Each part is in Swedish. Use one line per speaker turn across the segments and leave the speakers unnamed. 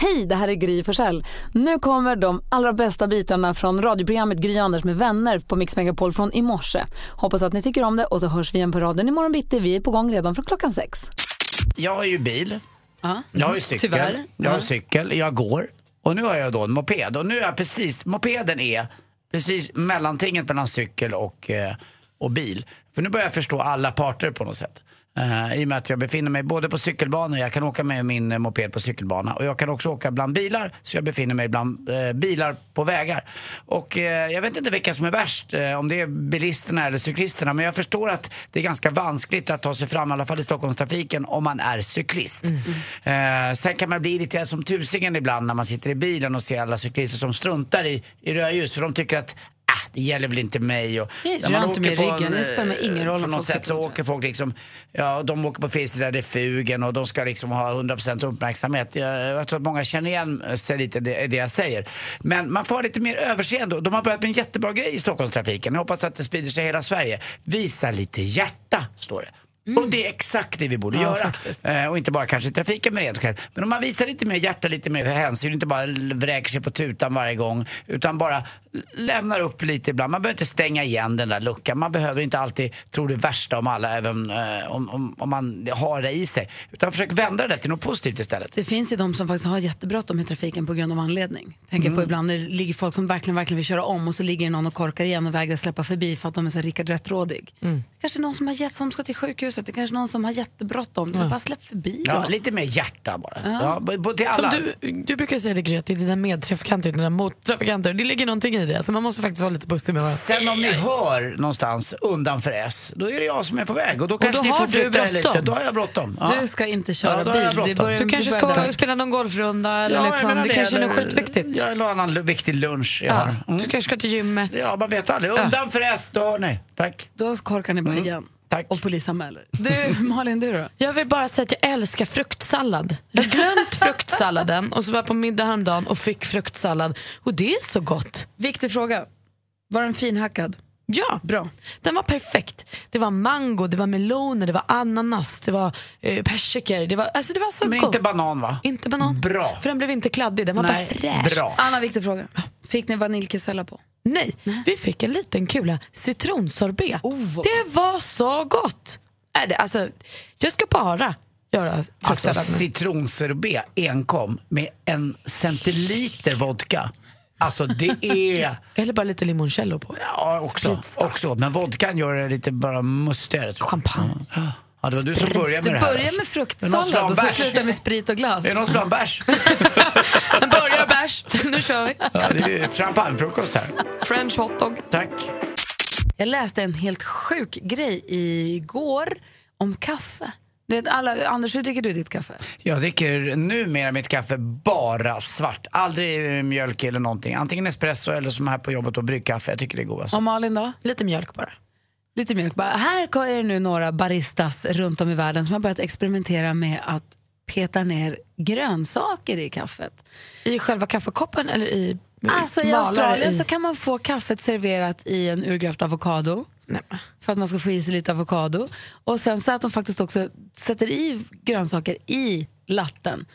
Hej, det här är Gry Forssell. Nu kommer de allra bästa bitarna från radioprogrammet Gry Anders med vänner på Mix Megapol från i morse. Hoppas att ni tycker om det och så hörs vi igen på raden imorgon bitti. Vi är på gång redan från klockan sex.
Jag har ju bil, jag har ju cykel,
Tyvärr.
jag har cykel, jag går. Och nu har jag då en moped. Och nu är jag precis, mopeden är precis mellantinget mellan cykel och, eh, och bil. För nu börjar jag förstå alla parter på något sätt. Eh, I och med att jag befinner mig både på cykelbanor, jag kan åka med min eh, moped på cykelbana. Och jag kan också åka bland bilar, så jag befinner mig bland eh, bilar på vägar. Och eh, jag vet inte vilka som är värst, eh, om det är bilisterna eller cyklisterna. Men jag förstår att det är ganska vanskligt att ta sig fram, i alla fall i Stockholmstrafiken, om man är cyklist.
Mm.
Eh, sen kan man bli irriterad som tusingen ibland när man sitter i bilen och ser alla cyklister som struntar i, i rödljus. För de tycker att Ah, det gäller väl inte mig. Och
Det
när
rör
man åker
inte mig i
på
ryggen. Det spelar mig ingen
eh,
roll
På
om
något
folk
sätt så
cyklar.
åker folk liksom, ja, de åker på fel refugen och de ska liksom ha 100% uppmärksamhet. Jag, jag tror att många känner igen sig lite i det, det jag säger. Men man får ha lite mer överseende. De har börjat med en jättebra grej i Stockholmstrafiken. Jag hoppas att det sprider sig i hela Sverige. Visa lite hjärta, står det. Och det är exakt det vi borde
Ja,
göra.
faktiskt.
Eh, och inte bara kanske i trafiken men rent generellt. Men om man visar lite mer hjärta, lite mer hänsyn, inte bara l- vräker sig på tutan varje gång. Utan bara l- lämnar upp lite ibland. Man behöver inte stänga igen den där luckan. Man behöver inte alltid tro det värsta om alla, även eh, om, om, om man har det i sig. Utan försök vända det till något positivt istället.
Det finns ju de som faktiskt har jättebråttom i trafiken på grund av anledning. Tänker
Mm.
på ibland när det ligger folk som verkligen, verkligen vill köra om och så ligger det någon och korkar igen och vägrar släppa förbi för att de är så här Rickard rättrådig.
Mm.
Kanske någon som, har jätte, som ska till sjukhuset, det är kanske någon som har jättebråttom. Mm. Bara släpp förbi
Ja,
då.
lite mer hjärta bara. Ja, b- b- till
Som
alla.
du, du brukar säga det Gry, att det är dina medtrafikanter och dina mottrafikanter. Det ligger någonting i det, så man måste faktiskt vara lite bussig med varandra.
Sen om ni hör någonstans undanför S, då är det jag som är på väg. Och då kanske
då
ni får
har du
flytta er lite.
bråttom.
Då har jag bråttom. Ja.
Du ska inte köra
Ja, då har jag
bil. Det
bråttom.
börjar-
Du kanske ska
börjar-
åka och spela någon golfrunda eller
jag
liksom.
menar
det kanske är något
Eller-
skitviktigt.
Jag har en annan lu- viktig lunch jag har. Mm.
Du kanske ska till gymmet.
Ja, man vet aldrig. Undan för S, då hör ni. Tack.
Då korkar ni bara igen
Mm. Tack.
och polisanmäler. Du, Malin, du då?
Jag vill bara säga att jag älskar fruktsallad. Jag har glömt fruktsalladen och så var jag på middag häromdagen och fick fruktsallad. Och det är så gott.
Viktig fråga. Var den finhackad?
Ja, bra. Den var perfekt. Det var mango, det var meloner, det var ananas, det var eh, persikor. Det var, alltså det var så
Men
gott.
inte banan, va?
Inte banan.
Bra.
För den blev inte kladdig, den var
Nej,
bara fräsch.
bra.
Anna, viktig fråga. Fick ni vaniljkisella på?
Nej, vi fick en liten kula citronsorbet.
Oh, vad-
det var så gott. Äh, det, alltså, jag ska bara göra
Alltså,
fruktsallad nu.
citronsorbet enkom med en centiliter vodka. Alltså, det är...
Eller bara lite limoncello på.
Ja, också. också. Men vodkan gör det lite bara mustigare. tror jag.
Champagne.
Ja, det var du som började
Det
med det här. alltså.
börjar med
Är det någon
fruktsallad och så
slambärs?
slutar med sprit och glass.
Är det någon som har en bärs?
En burgare och bärs. Nu kör vi.
Ja, det är ju champagnefrukost här.
French hotdog.
Tack.
Jag läste en helt sjuk grej igår om kaffe. Du vet, alla, Anders, hur dricker du ditt kaffe?
Jag dricker numera mitt kaffe bara svart. Aldrig eh, mjölk eller någonting. Antingen espresso eller som här på jobbet och bryggkaffe. Jag tycker det är godast.
Och Malin då?
Lite mjölk bara.
Lite mjölk bara. Här är det nu några baristas runt om i världen som har börjat experimentera med att peta ner grönsaker i kaffet.
I själva kaffekoppen eller i
Alltså i
malare
Australien
Mm. i-
så kan man få kaffet serverat i en urgröpt avokado.
Nej, men.
för att man ska få i sig lite avokado. Och sen så att de faktiskt också sätter i grönsaker i latten.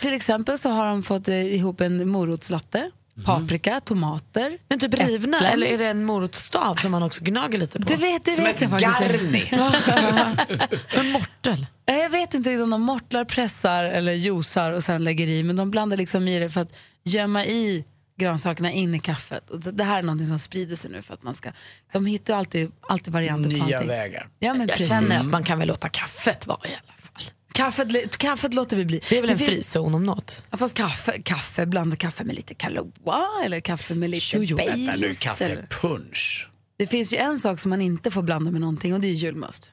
Till exempel så har de fått eh, ihop en morotslatte,
Mhm.
paprika, tomater.
men typ rivna
Äpplen.
eller är det en morotsstav som man också gnager lite på?
Du vet, det
Som
vet
ett
jag faktiskt inte.
garni.
En mortel.
Nej, Jag vet inte riktigt om de mortlar, pressar eller juicar och sen lägger i, men de blandar liksom i det för att gömma i grönsakerna in i kaffet. Och det det här är någonting som sprider sig nu för att man ska... De hittar ju alltid, alltid varianter på
Nya
allting.
vägar.
Ja, men
Jag
precis.
känner att man kan väl låta kaffet vara i alla fall.
Kaffet, li- kaffet låter vi bli.
Det är väl en
finns-
frizon om något.
Ja, fast kaffe, kaffe, blanda kaffe med lite Kahlua eller kaffe med lite
Jo, jo, vänta
Baileys.
Nu
eller-
kaffepunsch.
Det finns ju en sak som man inte får blanda med någonting och det är julmust.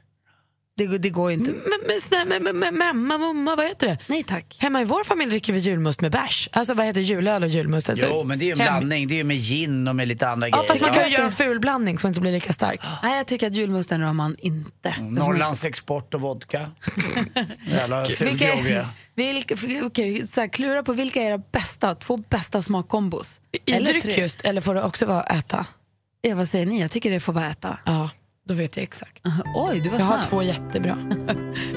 Det, går- det går ju inte.
Men, men, sån här- men, men, men mamma, mamma, vad heter det?
Nej tack.
Hemma i vår familj dricker vi julmust med bärs. Alltså vad heter det? julöl och julmust? Alltså,
Jo, men det är ju en
hem-
blandning. Det är ju med gin och med lite andra
Ja,
grejer.
fast man kan ju
Ja.
göra en ful blandning som inte blir lika stark.
Nej, jag tycker att julmusten rör man inte.
Mm, Norrlands export och vodka. Jävla
Vilka,
fulgroviga.
vilka, okej, så här, klura på vilka är era bästa, två bästa smakkombos?
I dryck just, eller får det också vara äta?
Ja, vad säger ni? Jag tycker det får vara äta.
Ja. Då vet jag exakt.
Oj, du var
Jag har
snabb.
två jättebra.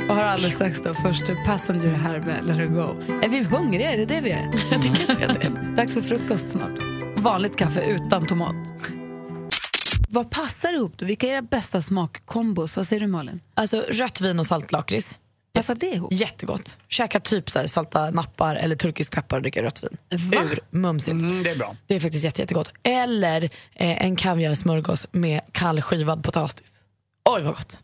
Jag har alldeles strax då. Först Passenger här med Let Her Go. Är vi hungriga? Är det det vi är?
det kanske är det.
Dags för frukost snart. Vanligt kaffe utan tomat. Vad passar ihop då? Vilka är era bästa smakkombos? Vad säger du Malin?
Alltså rött vin och saltlakrits.
Passar det ihop?
Jättegott. Käka typ så här, salta nappar eller turkisk peppar och dricka rött vin.
Va?
Urmumsigt.
Mm, det är bra.
Det är faktiskt jätte, jättegott. Eller eh, en kaviarsmörgås med kall skivad potatis. Oj vad gott.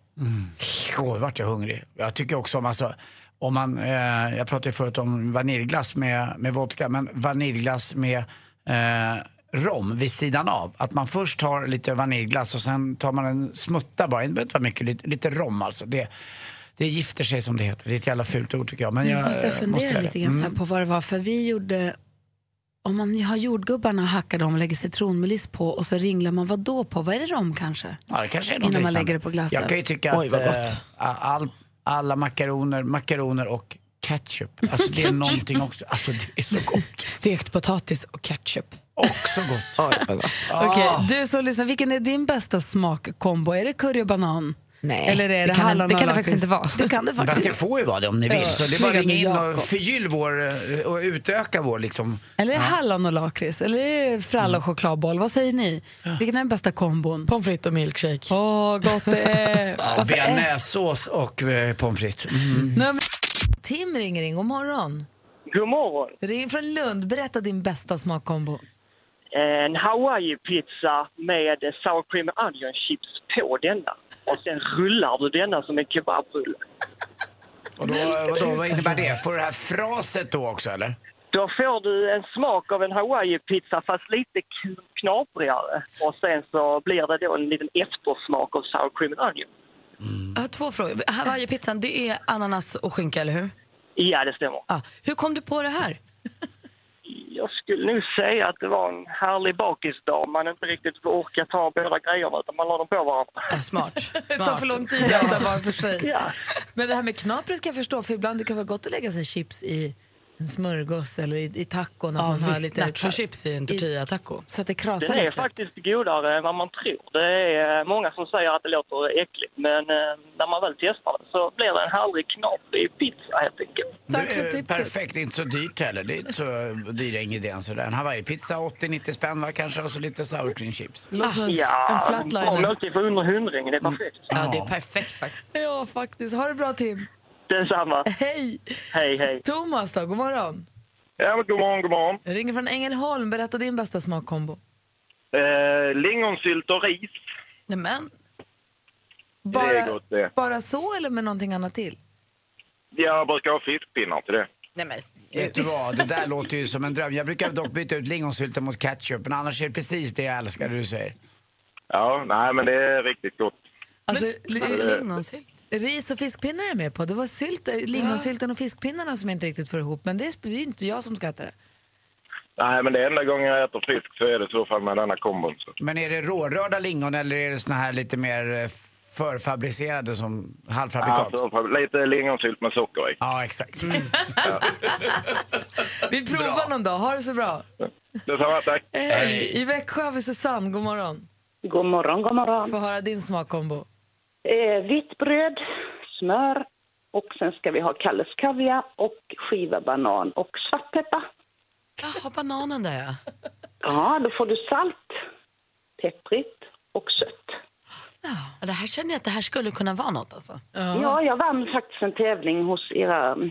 Åh, vart jag hungrig. Jag tycker också om alltså, om man, eh, jag pratade ju förut om vaniljglass med, med vodka, men vaniljglass med eh, rom vid sidan av. Att man först tar lite vaniljglass och sen tar man en smutta bara, det behöver inte vara mycket, lite, lite rom alltså. Det, det gifter sig som det heter, det är ett jävla fult ord tycker jag. Men jag,
Nu måste jag
eh,
fundera
göra det.
lite grann
Mm.
här på vad det var. För vi gjorde, om man har jordgubbarna och hackar dem och lägger citronmeliss på och så ringlar man vad då på? Vad är det rom kanske?
Ja, det kanske är något
Innan man
liknande.
lägger det på glassen.
Jag kan ju tycka
Oj,
att
vad
eh,
gott.
all, alla makaroner, makaroner och ketchup, alltså det är någonting också. Alltså det är så gott.
Stekt potatis och ketchup.
Också gott.
Oj vad gott.
Ah.
Okej, du som lyssnar, vilken är din bästa smakkombo? Är det curry och banan?
Nej,
Eller är det,
det kan det-
hallon
det kan
och
det faktiskt
lakrits?
inte vara.
Det kan det
Fast
faktiskt.
det får ju vara det om ni vill.
Ja.
Så det är bara att ringa in och
Jakob.
förgyll vår eh, och utöka vår liksom.
Eller är det hallon och lakrits? Eller är det fralla och chokladboll? Vad säger ni? Vilken är den bästa kombon?
Pommes frites och milkshake.
Åh, gott det är!
Mm.
Ja,
Varför är-
Bearnaisesås och eh, pommes frites. Mm.
Nej, men- Tim ringer in, god morgon.
God morgon.
Ring från Lund, berätta din bästa smakkombo.
En hawaii-pizza med sour cream och onion chips på denna. Och sen rullar du denna som en kebabrulle.
Och då, vadå, vad innebär det? Får du det här fraset då också eller?
Då får du en smak av en hawaii-pizza fast lite k- knaprigare. Och sen så blir det då en liten eftersmak av sour cream and onion.
Jag har två frågor. Hawaii-pizzan, det är ananas och skinka, eller hur?
Ja, det stämmer.
Ja. Hur kom du på det här?
Jag skulle nog säga att det var en härlig bakisdag. Man inte riktigt orkade ta båda grejerna utan man la dem på varandra.
Ja, smart. smart.
Det tar för lång tid att äta var för sig.
Ja.
Men det här med knapret kan jag förstå, för ibland det kan vara gott att lägga sig chips i en smörgås eller i, i tacon. att
Ja,
man har
visst.
lite-
Nachochips i en tortilla-taco.
Så att det krasar
Den är
lite.
faktiskt godare än vad man tror. Det är eh, många som säger att det låter äckligt, men eh, när man väl testar det så blir det en härlig knaprig pizza helt enkelt.
Tack
Det
för
är
tipset.
Perfekt, det är inte så dyrt heller. Det är inte så dyra ingredienser där. En hawaii-pizza 80-90 spänn va kanske och så lite sour cream chips.
Det låter som en, en
Ja, bra
flatliner.
måltid för under hundring. Det är perfekt.
Ja, det är perfekt faktiskt.
Ja, faktiskt. Ha det bra, Tim.
Detsamma.
Hej!
Hej, hej.
Thomas då, god morgon.
Ja, men god morgon, god morgon.
Jag ringer från Ängelholm. Berätta din bästa smakkombo.
Eh, lingonsylt och ris.
Nämen.
Det är gott det.
bara så eller med någonting annat till?
Jag brukar ha fiskpinnar till det.
Nämen.
Vet du vad, det där låter ju som en dröm. Jag brukar dock byta ut lingonsylten mot ketchup men annars är det precis det jag älskar du säger.
Ja, nej, men det är riktigt gott.
Alltså, li-
Lingonsylt.
ris och fiskpinnar är jag med på. Det var sylt, lingonsylten och fiskpinnarna som jag inte riktigt får ihop. Men det är det är ju inte jag som ska äta det.
Nej, men det enda gången jag äter fisk så är det i så fall med denna kombon. Så.
Men är det rårörda lingon eller är det såna här lite mer eh, förfabricerade som halvfabrikat? Ja,
Alltså, lite lingonsylt med socker i.
exakt. Mm.
Vi provar någon dag. Ha det så bra.
Detsamma, tack.
Hej! I Växjö har vi Susanne. God morgon.
God morgon, god morgon.
Få höra din smakkombo.
Eh, vitt bröd, smör och sen ska vi ha Kalles kaviar och skiva banan och svartpeppar.
Jaha, bananen där ja.
Ja, då får du salt, pepprigt och sött.
ja. Det här känner jag att det här skulle kunna vara något alltså.
Ja, jag vann faktiskt en tävling hos era, mm,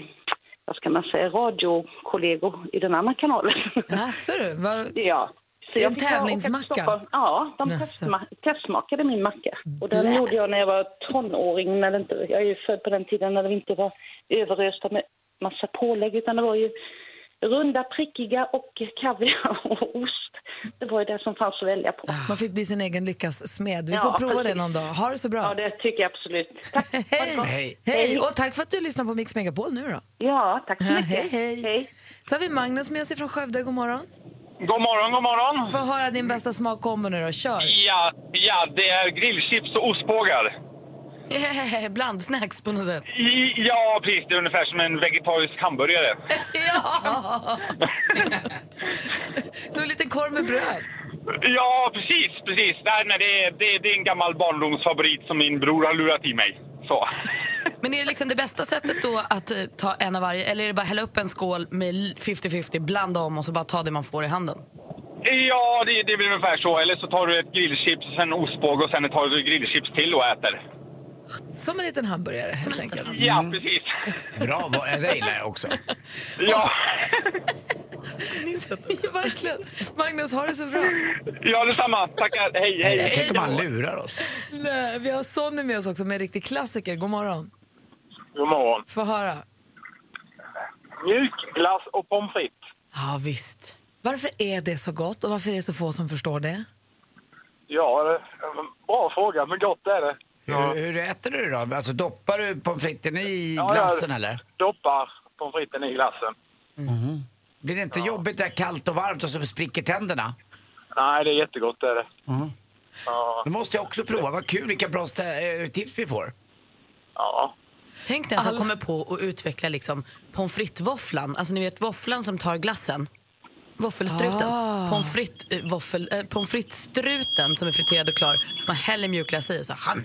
vad ska man säga, radiokollegor i den andra kanalen.
Jaså du? Vad-
ja. Så
En
jag fick ta- åka till
tävlingsmacka?
Stockholm. Ja, de
Jaså.
testma- testsmakade min macka. Och den gjorde jag när jag var tonåring. När det inte, jag är ju född på den tiden när det inte var överösta med massa pålägg utan det var ju runda, prickiga och kaviar och ost. Det var ju det som fanns att välja på.
Man fick bli sin egen lyckas smed. Vi
Ja,
får prova det
precis.
någon dag. Ha det så
Ja,
bra.
det tycker jag absolut. Tack.
Hej!
Hej.
Hej! Och tack för att du lyssnar på Mix Megapol nu då.
Ja, tack så
Ja,
mycket.
hej, hej.
hej.
Så har vi Magnus med sig från Skövde. God morgon.
God morgon, god morgon.
Få höra din bästa smakkombo nu då. Kör!
Ja, ja, det är grillchips och ostbågar.
Blandsnacks på något sätt.
Ja, precis. Det är ungefär som en vegetarisk hamburgare.
Ja!
Som en liten korv med bröd.
Ja, precis, precis. Nej, men det, är- det, är- det är en gammal barndomsfavorit som min bror har lurat i mig. Så.
Men är det liksom det bästa sättet då att eh, ta en av varje eller är det bara hälla upp en skål med l- 50-50, blanda om och så bara ta det man får i handen?
Ja, det, det blir ungefär så. Eller så tar du ett grillchips, sen ostbåge och sen tar du ett grillchips till och äter.
Som en liten hamburgare helt enkelt.
Ja,
Mm.
precis.
Bra, vad- det gillar jag också.
Ja,
Verkligen. Magnus, har det så bra.
ja detsamma. Tackar. Hej, hej.
Jag tänker man lurar oss.
Nej, vi har Sonny med oss också med en riktig klassiker. God morgon.
God morgon.
Få höra.
Mjuk glass och pommes frites.
Ja, visst. Varför är det så gott och varför är det så få som förstår det?
Ja, det är en bra fråga, men gott är det.
Hur, hur äter du det då? Alltså doppar du pommes fritesen i
Ja,
glassen
jag
eller?
Doppar pommes fritesen i glassen.
Blir det inte jobbigt där kallt och varmt och så spricker tänderna?
Nej, det är jättegott är det.
Då måste jag också prova. Vad kul, vilka bra stä- eh, tips vi får.
Ja.
Tänk den som kommer på och utveckla liksom pommes frites-våfflan. Alltså ni vet våfflan som tar glassen. Våffelstruten.
Ah.
Pommes frites, eh, våffel, eh, pommes frites-struten som är friterad och klar. Man häller mjukglass i och så ham.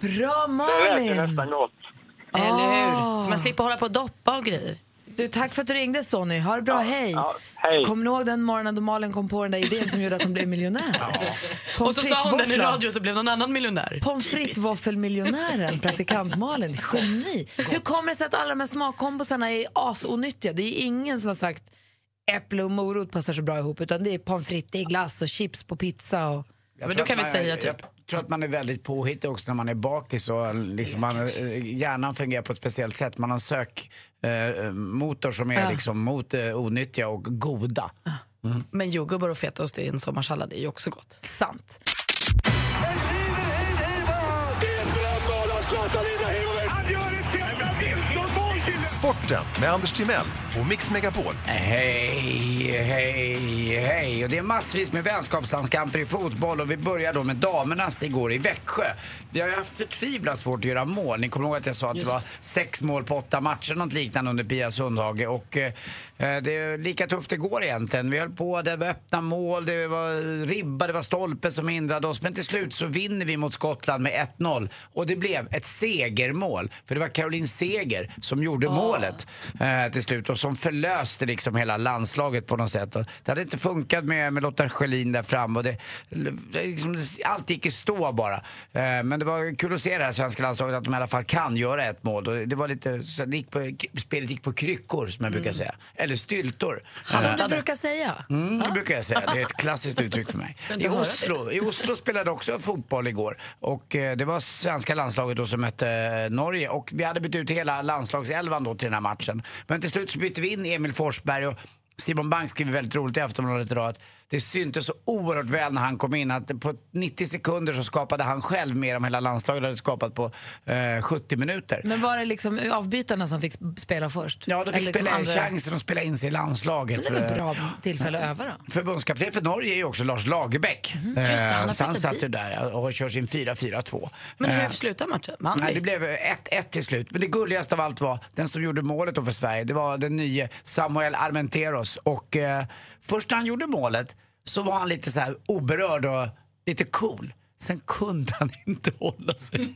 Bra
Det lät ju
Malin!
nästan gott.
Eller hur? Ah. Så man slipper hålla på och doppa och grejer.
Du, tack för att du ringde Sonny. Ha det bra, hej!
ja, hej.
Kommer ni ihåg den morgonen då Malin kom på den där idén som gjorde att hon blev miljonär? Pommes
Och så sa hon den i
frites-våffla.
radio så blev någon annan miljonär.
Pommes frites-våffelmiljonären, praktikant-Malin. Geni! Hur kommer det sig att alla de här smakkombosarna är asonyttiga? Det är ingen som har sagt äpple och morot passar så bra ihop utan det är pommes frites, det är glass och chips på pizza. Och...
Jag
Men
tror
då kan
att
vi
man-
säga typ-
Jag tror att man är väldigt påhittig också när man är bakis och liksom man, eh, hjärnan fungerar på ett speciellt sätt. Man har en sökmotor eh, motor som är liksom mot eh, onyttiga och goda.
Men jordgubbar och fetaost i en sommarsallad är ju också gott.
Sant.
Sporten med Anders Timell och Mix Megapol.
Hej, hej, hej. Och det är massvis med vänskapslandskamper i fotboll och vi börjar då med damernas igår i Växjö. Vi har ju haft förtvivlat svårt att göra mål. Ni kommer ihåg att jag sa att det var sex mål på åtta matcher, något liknande under Pia Sundhage. Och eh, det är lika tufft igår egentligen. Vi höll på, det var öppna mål, det var ribba, det var stolpe som hindrade oss. Men till slut så vinner vi mot Skottland med 1-0. Och det blev ett segermål. För det var Caroline Seger som gjorde målet eh, till slut och som förlöste liksom hela landslaget på något sätt. Och det hade inte funkat med, med Lotta Schelin där fram och det, det liksom, allt gick i stå bara. Eh, men det var kul att se det här svenska landslaget att de i alla fall kan göra ett mål. Och det var lite, så det gick på, spelet gick på kryckor som jag brukar säga. Eller styltor.
Som du brukar säga.
Mm, det brukar jag säga. Det är ett klassiskt uttryck för mig. I Oslo, I Oslo spelade också fotboll igår. Och eh, det var svenska landslaget då som mötte eh, Norge. Och vi hade bytt ut hela landslagselvan då till den här matchen. Men till slut så bytte vi in Emil Forsberg och Simon Bank skriver väldigt roligt i Aftonbladet idag att det syntes så oerhört väl när han kom in att på 90 sekunder så skapade han själv mer än hela landslaget hade skapat på eh, 70 minuter.
Men var det liksom avbytarna som fick spela först?
Ja, då
Eller
fick
liksom
spelaren
andra-
chansen att spela in sig i landslaget.
Det är väl ett
Eh,
bra tillfälle att öva då? Mm-hmm.
Förbundskapten för Norge är ju också Lars Lagerbäck. Eh, så han satt ju där och kör sin 4-4-2.
Men hur
Eh,
äh. slutar matchen? Man
Nej, det
vann
blev 1-1 till slut. Men det gulligaste av allt var, den som gjorde målet då för Sverige, det var den nye Samuel Armenteros. Och eh, först när han gjorde målet så var han lite så här oberörd och lite cool. Sen kunde han inte hålla sig.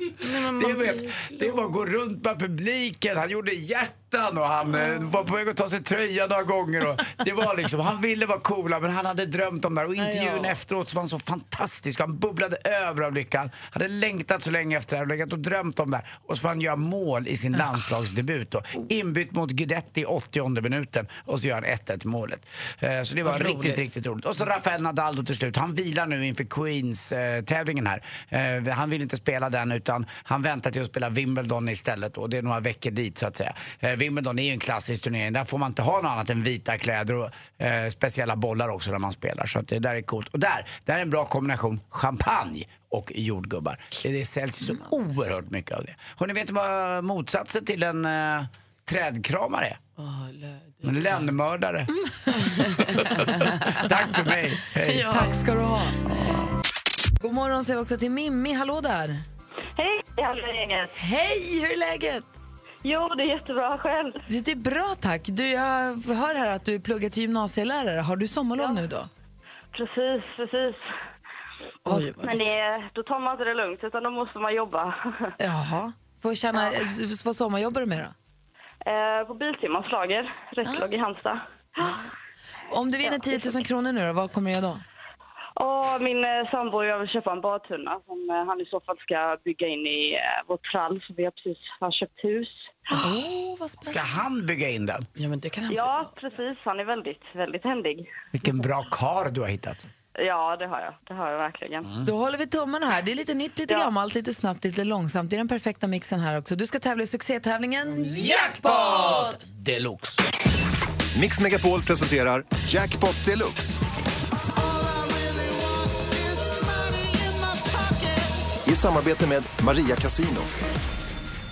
Det, vet, det var att gå runt bland publiken, han gjorde hjärtan och han eh, var på väg att ta sig tröja några gånger. Och det var liksom, han ville vara coola men han hade drömt om det här. Och intervjun efteråt så var han så fantastisk. Han bubblade över av lyckan. Hade längtat så länge efter det här och legat och drömt om det här. Och så får han göra mål i sin landslagsdebut då. Inbytt mot Guidetti i 80 minuten och så gör han 1-1 målet. Eh, Så det var riktigt, riktigt roligt. Och så Rafael Nadal då till slut. Han vilar nu inför Queens-tävlingen här. Eh, Han vill inte spela den utan han väntar till att spela Wimbledon istället och det är några veckor dit så att säga. Eh, Wimbledon är ju en klassisk turnering. Där får man inte ha något annat än vita kläder och eh, speciella bollar också när man spelar. Så att det där är coolt. Och där, där är en bra kombination champagne och jordgubbar. Det det säljs ju så oerhört mycket av det. Hörrni, vet ni vad motsatsen till en eh, trädkramare är? En lönnmördare. Tack för mig. Hej.
Tack ska du ha. God morgon säger vi också till Mimmi. Hallå där.
Hej, hallå gänget.
Hej, hur är läget?
Jo, det är jättebra själv.
Det är bra tack. Du, jag hör här att du pluggar till gymnasielärare. Har du sommarlov nu då?
Precis, precis.
Oj, vad
Men det,
eh,
är- då tar man inte det lugnt, utan då måste man jobba.
Jaha. Får känna, s- Vad sommarjobbar du med då?
Eh, på Biltimmans lager, Rättslog i Halmstad.
Om du vinner 10 000 kronor nu då, vad kommer du göra då?
Och min eh, sambo och jag vill köpa en badtunna som eh, han i så fall ska bygga in i eh, vårt trall, för vi har precis har köpt hus.
Oh, vad
Ska han bygga in den?
Ja, men det kan
Ja, precis. Han är väldigt, väldigt händig.
Vilken bra kar du har hittat.
Ja, det har jag. Det har jag verkligen.
Mm.
Mm. Då håller vi tummen här. Det är lite nytt, lite gammalt, lite snabbt, lite långsamt. Det är den perfekta mixen här också. Du ska tävla i succétävlingen Jackpot!
Deluxe.
Mix Megapol presenterar Jackpot Deluxe. I samarbete med Maria Casino.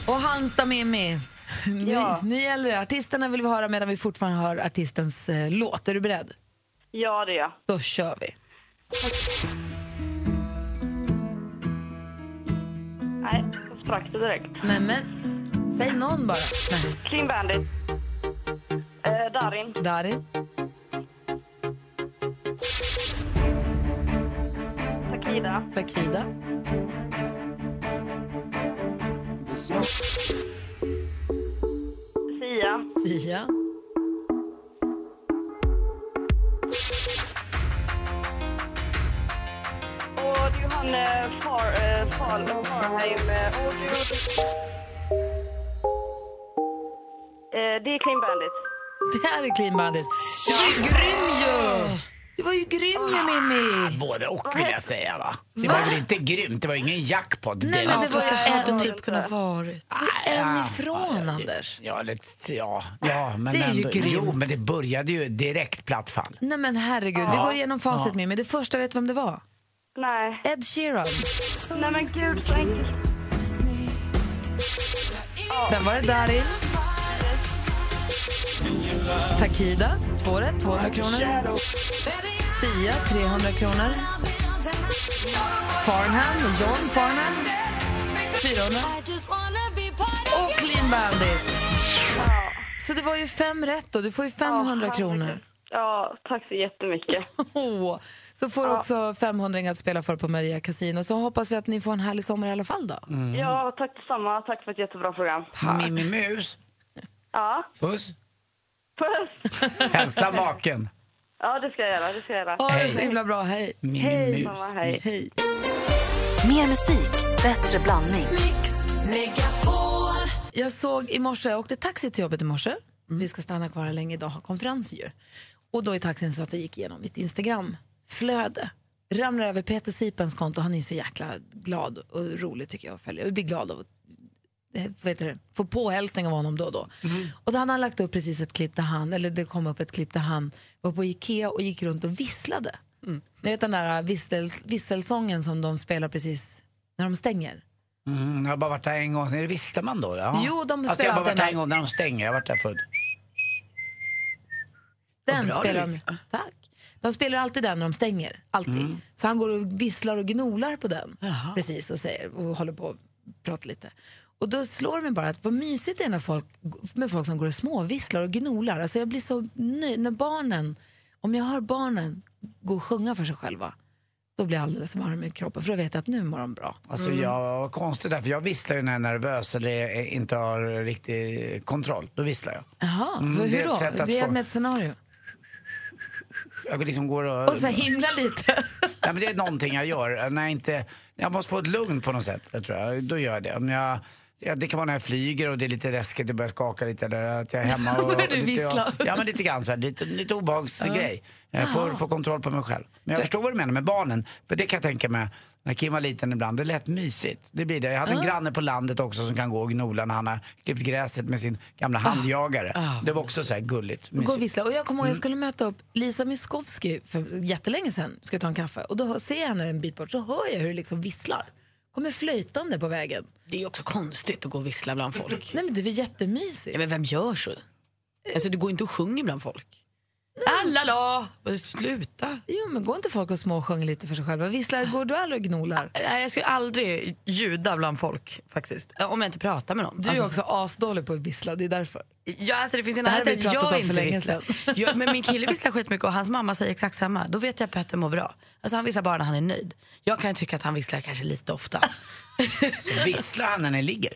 Och Halmstad Mimmi. Nu,
Ja.
nu gäller det. Artisterna vill vi höra medan vi fortfarande hör artistens eh, låt. Är du beredd?
Ja, det är jag.
Då kör vi.
Nej, jag sprack det direkt.
Nej men, säg någon bara. Nej.
Clean Bandit. Eh, Darin.
Darin.
Takida.
Takida.
Sia.
Sia.
Och det är ju han eh, far, eh, far, Farheim. eh, Och det är ju- Eh, det är Clean Bandit.
Det här är Clean Bandit. Du var ju grym ju! Du var ju grym ju Mimmi!
Både och vill jag säga va? Det var väl inte grymt, det var ingen jackpot. Ah,
Nej men det var ju en typ kunnat vara. En
Ja.
ifrån Anders. Ah,
Ja, det, ja, ja, men
Det är ju
ändå,
grymt.
Jo, men det började ju direkt platt fall.
Nej men herregud, vi
Ja.
går igenom facit
Ja.
Mimmi. Det första, vet du vem det var?
Nej.
Ed Sheeran.
Nej men gud, så enkelt.
Sen var det Darin. Takida, två rätt, 200 kronor. Sia, 300 kronor. Farnham, John Farnham, 400. Och Clean Bandit. Så det var ju fem rätt då. Du får ju 500 kronor.
Ja, tack så jättemycket.
Åh, så får du också 500 att spela för på Maria Casino. Så hoppas vi att ni får en härlig sommar i alla fall då.
Ja, tack detsamma. Tack för ett jättebra program.
Mimmi Mus,
Ja,
puss.
puss!
Hälsa maken.
Ja, det ska jag göra. Det ska jag göra.
Ha det
Hej.
så himla bra. Hej.
Mimmi
Hej.
Mus.
Hej.
Hej.
Mer musik, bättre blandning.
Jag såg i morse, jag åkte taxi till jobbet i morse.
Mm.
Vi ska stanna kvar här länge idag, ha konferens ju. Och då i taxin satt jag och gick igenom mitt Instagram-flöde. Ramlar över Peter Sipens konto, han är ju så jäkla glad och rolig tycker jag att följa. Jag blir glad av att eh, vad heter det, få påhälsning av honom då och då.
Mm.
Och då hade han lagt upp precis ett klipp där han, eller det kom upp ett klipp där han var på Ikea och gick runt och visslade.
Mm.
Ni vet den där vissel, visselsången som de spelar precis när de stänger.
Mm, jag har bara varit där en gång, är det visste man då? Ja.
Jo, de
alltså, jag
spelar
har bara varit
den
där
här-
en gång när de stänger, jag har varit där förut.
Den
bra
spelar
du
de. Tack. De spelar alltid den när de stänger. Alltid.
Mm.
Så han går och visslar och gnolar på den. Precis, och säger och håller på och pratar lite. Och då slår det mig bara att vad mysigt det är när folk, med folk som går och småvisslar och gnolar. Alltså jag blir så nöjd när barnen, om jag hör barnen gå och sjunga för sig själva, då blir jag alldeles varm i kroppen för då vet jag att nu mår de bra.
Alltså jag var konstig där, för jag visslar ju när jag är nervös eller eh, inte har riktig kontroll. Då visslar jag.
Jaha,
Mm, det
hur
är ett sätt
då?
att
Ge
få-
mig ett scenario.
Jag liksom går och...
Och så himla lite.
Nej, men det är någonting jag gör. När jag, inte, jag måste få ett lugn på något sätt, jag tror jag. Då gör jag det. Om jag, ja, det kan vara när jag flyger och det är lite läskigt, det börjar skaka lite. Eller att jag är hemma och...
Börjar du
lite,
vissla?
Ja, men lite grann så här, lite, lite obehagsgrej. Jag får,
Jaha.
får kontroll på mig själv. Men jag förstår vad du menar med barnen. För det kan jag tänka mig, när Kim var liten ibland, det lät mysigt. Det blir det. Jag hade en granne på landet också som kan gå och gnola när han har klippt gräset med sin
Ah.
gamla handjagare. det var också så här gulligt.
Och gå och
mysigt.
vissla. Och jag kommer ihåg jag skulle möta upp Lisa Miskovsky för jättelänge sedan. Ska ta en kaffe. Och då ser jag henne en bit bort så hör jag hur det liksom visslar. Kommer flöjtande på vägen.
Det är också konstigt att gå och vissla bland folk.
Nej men det var jättemysigt.
Ja, men vem gör så? Alltså, du går inte och sjunger bland folk.
Alla la! Sluta.
Jo, men går inte folk och småsjunger lite för sig själva? Visslar, går du aldrig och gnolar?
Nej, jag skulle aldrig ljuda bland folk faktiskt. Om jag inte pratar med någon.
Du är
Alltså,
också asdålig på att vissla, det är därför.
Ja, alltså det finns ju en
Det här har vi
anledning till att
pratat
jag
om för
inte
länge
visslar. Jag, men min kille visslar skitmycket och hans mamma säger exakt samma. Då vet jag att Petter mår bra. Alltså han visslar bara när han är nöjd. Jag kan ju tycka att han visslar kanske lite ofta.
Så visslar han när ni ligger?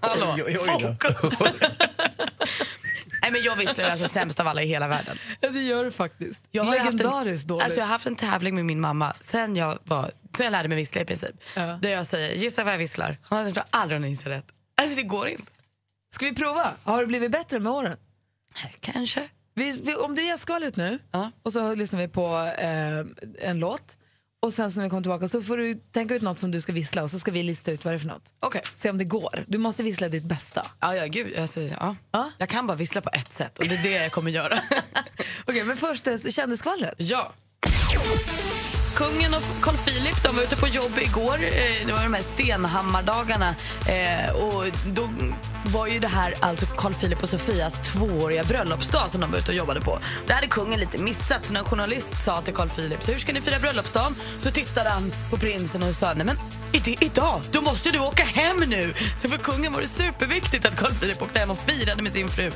Hallå,
Oj, oj, oj då.
fokus! Nej men jag visslar alltså sämst av alla i hela världen.
Ja, det gör du faktiskt.
Jag har, ju haft en,
Legendariskt dåligt.
alltså jag har haft en tävling med min mamma sen jag, var, sen jag lärde mig vissla i princip. Där jag säger, gissa vad jag visslar. Han tror aldrig hon gissar rätt. Alltså det går inte.
Ska vi prova? Har det blivit bättre med åren?
Kanske.
Vi, vi, om du ger skalet nu och så lyssnar vi på eh, en låt och sen så när vi kommer tillbaka så får du tänka ut något som du ska vissla och så ska vi lista ut vad det är för något.
Okej.
Se om det går. Du måste vissla ditt bästa.
Ja, ja gud. Alltså, ja. Jag kan bara vissla på ett sätt och det är det jag kommer göra.
Okej, men först eh, kändisskvallret.
Ja. Kungen och Carl Philip de var ute på jobb igår. Eh, Det var de här Stenhammardagarna. Eh, Och då var ju det här alltså Carl Philip och Sofias tvååriga bröllopsdag som de var ute och jobbade på. Det hade kungen lite missat. Så när en journalist sa till Carl Philip "Så hur ska ni fira bröllopsdagen så tittade han på prinsen och sa nej men i- idag, då måste du åka hem nu. Så för kungen var det superviktigt att Carl Philip åkte hem och firade med sin fru.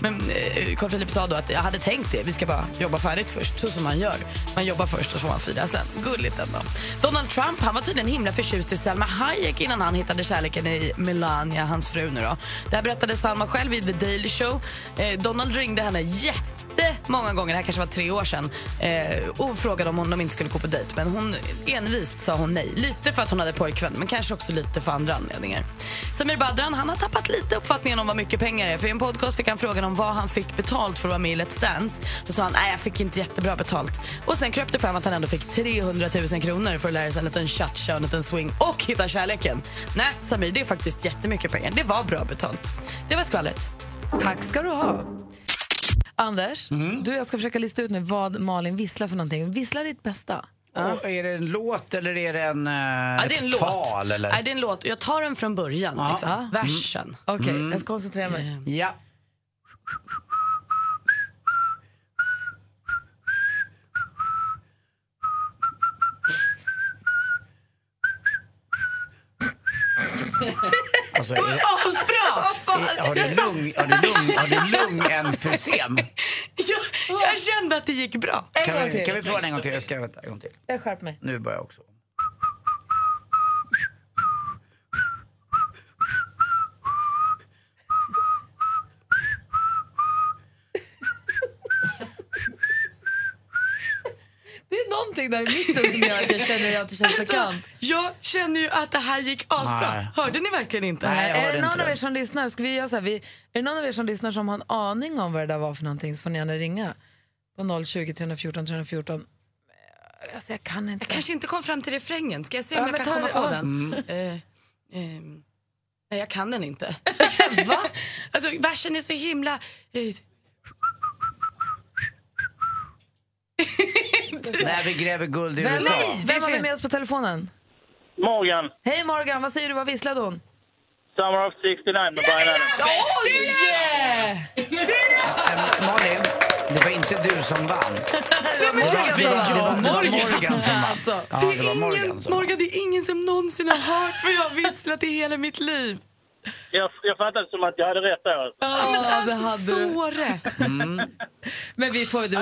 Men eh, Carl Philip sa då att jag hade tänkt det, vi ska bara jobba färdigt först, så som man gör. Man jobbar först och så får man fira sen. Gulligt ändå. Donald Trump han var tydligen himla förtjust i Selma Hayek innan han hittade kärleken i Melania, hans fru nu då. Det här berättade Selma själv i The Daily Show. Eh, Donald ringde henne jättemånga gånger, det här kanske var tre år sedan, eh, och frågade om hon, de inte skulle gå på dejt. Men hon envist sa hon nej. Lite för att hon hade pojkvän, men kanske också lite för andra anledningar. Samir Badran han har tappat lite uppfattningen om vad mycket pengar är. För I en podcast fick han frågan om vad han fick betalt för att vara med i Let's Dance. Då sa han nej, jag fick inte jättebra betalt. Och Sen kröp det fram att han ändå fick 300 000 kronor för att lära sig en liten cha-cha och en liten swing och hitta kärleken. Nej, Samir, det är faktiskt jättemycket pengar. Det var bra betalt. Det var skvallret.
Tack ska du ha. Anders, du jag ska försöka lista ut nu vad Malin visslar för någonting. Vissla ditt bästa.
Och är det en låt eller är det en, eh,
Ja, det är
ett
en
tal?
låt.
Eller?
Nej, det är en låt. Jag tar den från början.
Ja.
Liksom.
Mm.
Versen.
Okej, jag ska koncentrera mig.
Ja. Alltså, är,
Asbra!
är, har, du lung, har, du lung, har du lungemfysem?
Jag, jag kände att det gick bra.
Kan vi, kan vi prova den en gång till? Jag ska vänta en gång till.
Jag skärper mig.
Nu börjar jag också.
Det är någonting där i mitten som gör att jag känner att det känns bekant.
Alltså, jag känner ju att det här gick asbra.
Nej.
Hörde ni verkligen inte?
är det någon av er som lyssnar? Ska vi göra så här? Vi, är det någon av er som lyssnar som har en aning om vad det där var för någonting så får ni gärna ringa på 020 314 314. Eh, Alltså jag kan inte.
Jag kanske inte kom fram till refrängen. Ska jag se om
Ja,
jag
men
kan
ta
komma
det-
på
ja.
den?
Mm.
Eh, ehm, nej, jag kan den inte. Va? Alltså, versen är så himla... Eh,
När vi gräver guld i
Vem,
USA.
vem har vi med oss på telefonen?
Morgan,
Hej Morgan, vad säger du? Vad visslade hon?
Summer of 69 med Brian Adams.
Yeah!
Malin, det var inte du som vann.
Det var Morgan som vann.
Det var, det var Morgan som vann.
Alltså,
ja, det var Morgan som vann.
Morgan, det är ingen som någonsin har hört vad jag har visslat i hela mitt liv.
Jag, jag fattade som att jag hade rätt där.
Ja,
men
det
alltså,
hade du.
såre.
Men vi får... Du,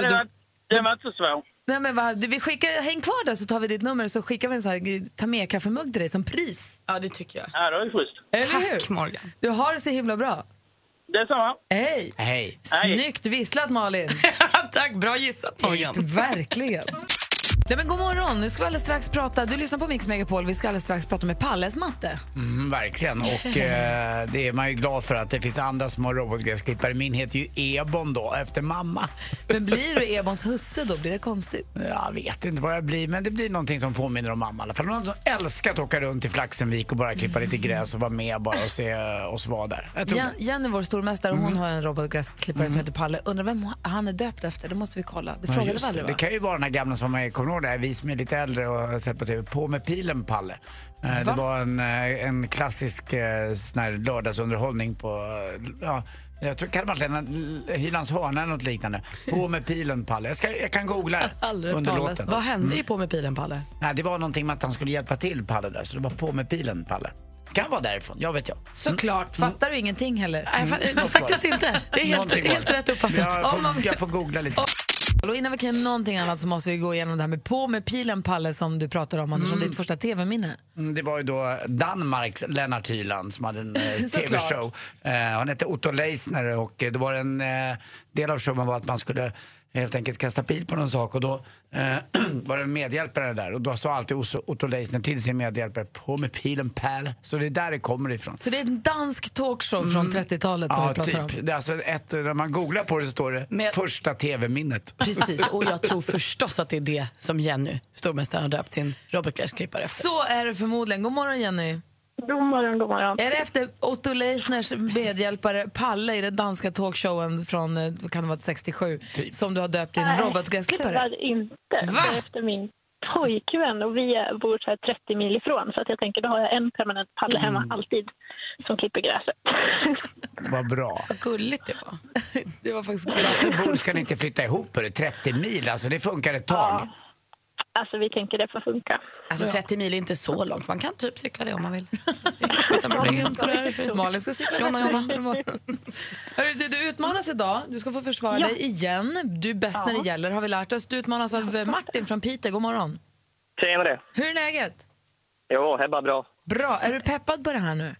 Ja, det, var, det
du,
var inte så svårt.
nej men vad, du, vi skickar, häng kvar där så tar vi ditt nummer så skickar vi en sån här ta med kaffemugg till dig som pris.
Ja, det tycker jag.
Ja, det var ju schysst.
Eller
Tack,
hur?
Morgan.
Du har det så himla bra.
Detsamma.
Hej!
Hej.
Snyggt visslat Malin!
Tack, bra gissat, Morgan.
Verkligen. Nej, men god morgon, nu ska vi alldeles strax prata. Du lyssnar på Mix Megapol, vi ska alldeles strax prata med Palles matte.
Mm, verkligen. Och eh, det är man ju glad för att det finns andra som har robotgräsklippare. Min heter ju Ebon då, efter mamma.
Men blir du Ebons husse då? Blir det konstigt?
Jag vet inte vad jag blir, men det blir någonting som påminner om mamma i alla fall. Någon som älskar att åka runt i Flaxenvik och bara klippa lite gräs och vara med bara och se eh, oss vara där. Jag tror
Ja,
det.
Jenny, vår stormästare, hon har en Mm. robotgräsklippare som heter Palle. Undrar vem han är döpt efter? Det måste vi kolla. Det
Ja,
frågade
just
vi aldrig
det. det
va?
kan ju vara den här gamla som var med, kommer du ihåg det här, vi som är lite äldre och har sett på TV, På med pilen Palle. Eh, Det
Va?
var en, eh, en klassisk eh, sån här lördagsunderhållning på, eh, ja, jag tror kan man säga en- Hylands hörna eller något liknande. På med pilen Palle. Jag, ska, jag kan googla det
Aldrig
under
Palles.
låten.
Vad hände
Mm.
i På med pilen, Palle?
Nej, det var någonting med att han skulle hjälpa till Palle där, så det var på med pilen Palle. Kan vara därifrån, jag vet jag.
Såklart. Fattar du ingenting heller?
Nej, fa- Mm. faktiskt
inte.
Det är helt- Någonting var helt det. rätt uppfattat. Jag får-
Om man...
jag får googla lite.
Och innan vi kan göra någonting annat så Alltså, måste vi gå igenom det här med på med pilen, Palle, som du pratade om, Anders, som ditt första TV-minne.
Mm, Det var ju då Danmarks Lennart Hyland som hade en eh,
Såklart.
tv-show. Eh, han hette Otto Leisner och eh, då var det en eh, del av showen var att man skulle eh, helt enkelt kasta pil på någon sak och då eh, var det en medhjälpare där och då sa alltid Oso- Otto Leisner till sin medhjälpare på med pilen pärl. Så det är där det kommer ifrån.
Så det är en dansk talkshow från 30-talet som
Ja,
vi pratar om.
typ. Det är alltså ett, när man googlar på det så står det första tv-minnet.
Precis, och jag tror förstås att det är det som Jenny, stormästaren, har döpt sin Robert Gräsklippare efter.
Så är det förmodligen. God morgon, Jenny.
God morgon, god morgon.
Är det efter Otto Leisners medhjälpare Palle i den danska talkshowen från eh, kan det vara 67 som du har döpt din
Nej,
robotgräsklippare?
Tyvärr inte. Va? Efter min pojkvän och vi är- bor så här 30 mil ifrån så att jag tänker då har jag en permanent palle hemma alltid som klipper gräset.
Vad bra.
Gulligt det var.
det var faktiskt
Varför bor- ska ni inte flytta ihop? Är det 30 mil? Alltså det funkar ett tag.
Alltså vi tänker det får funka.
Alltså 30 mil är inte så långt, man kan typ cykla det om man vill.
Malin ska cykla
Jonna,
bättre
Jonna.
imorgon. Hörru, du, du utmanas idag. Du ska få försvara
Ja.
dig igen. Du är bäst när det gäller har vi lärt oss. Du utmanas av eh, Martin från Piteå. God morgon.
Tjenare!
Hur är läget?
Jo, det är bara bra.
Bra. Är du peppad på det här nu?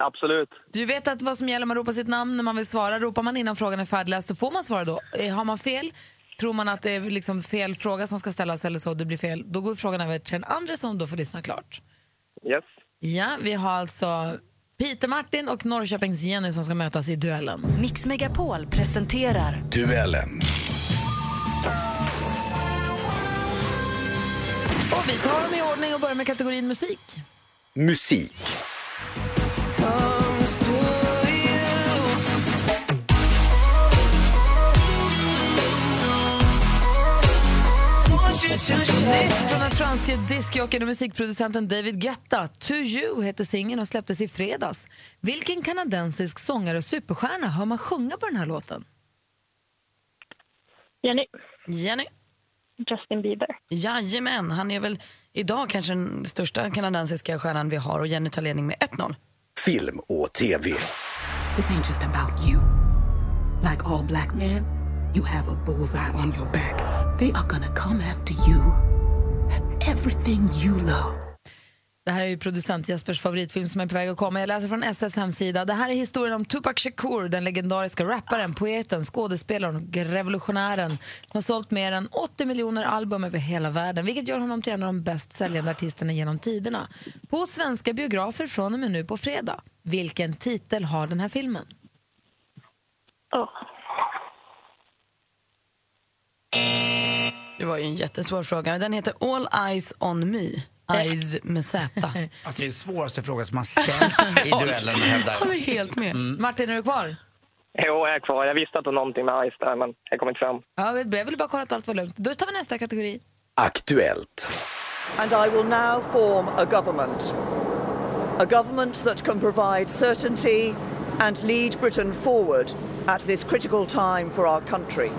Absolut.
Du vet att vad som gäller, man ropar sitt namn när man vill svara. Ropar man innan frågan är färdigläst, då får man svara då. Eh, Har man fel, tror man att det är liksom fel fråga som ska ställas eller så, det blir fel, då går frågan över till den andra som då får lyssna klart.
Yes.
Ja, vi har alltså Peter-Martin och Norrköpings Jenny som ska mötas i duellen.
Mix Megapol presenterar
Duellen.
Och vi tar dem i ordning och börjar med kategorin musik.
Musik.
Nytt från den franske discjockeyn och musikproducenten David Guetta. To You heter singeln och släpptes i fredags. Vilken kanadensisk sångare och superstjärna hör man sjunga på den här låten?
Jenny.
Jenny.
Justin Bieber.
Jajamän, han är väl idag kanske den största kanadensiska stjärnan vi har och Jenny tar ledning med 1-0.
Film och TV.
This ain't just about you. Like all black men, you have a bullseye on your back. They are gonna come after you. Everything you love.
Det här är ju producent Jespers favoritfilm som är på väg att komma. Jag läser från SFs hemsida. Det här är historien om Tupac Shakur, den legendariska rapparen, poeten, skådespelaren och revolutionären som har sålt mer än 80 miljoner album över hela världen, vilket gör honom till en av de bäst säljande artisterna genom tiderna. På svenska biografer från och med nu på fredag. Vilken titel har den här filmen?
Det var ju en jättesvår fråga, men den heter All Eyes On Me. Eyes med Z.
Alltså det är den svåraste frågan som har ställts i duellen hävdar jag. Mm.
Håller helt med.
Martin, är du kvar?
Jo, jag är kvar. Jag visste att det var någonting med Ice där, men jag kom inte fram.
Ja, jag ville bara kolla att allt var lugnt. Då tar vi nästa kategori.
Aktuellt.
And I will now form a government. A government that can provide certainty and lead Britain forward at this critical time for our country.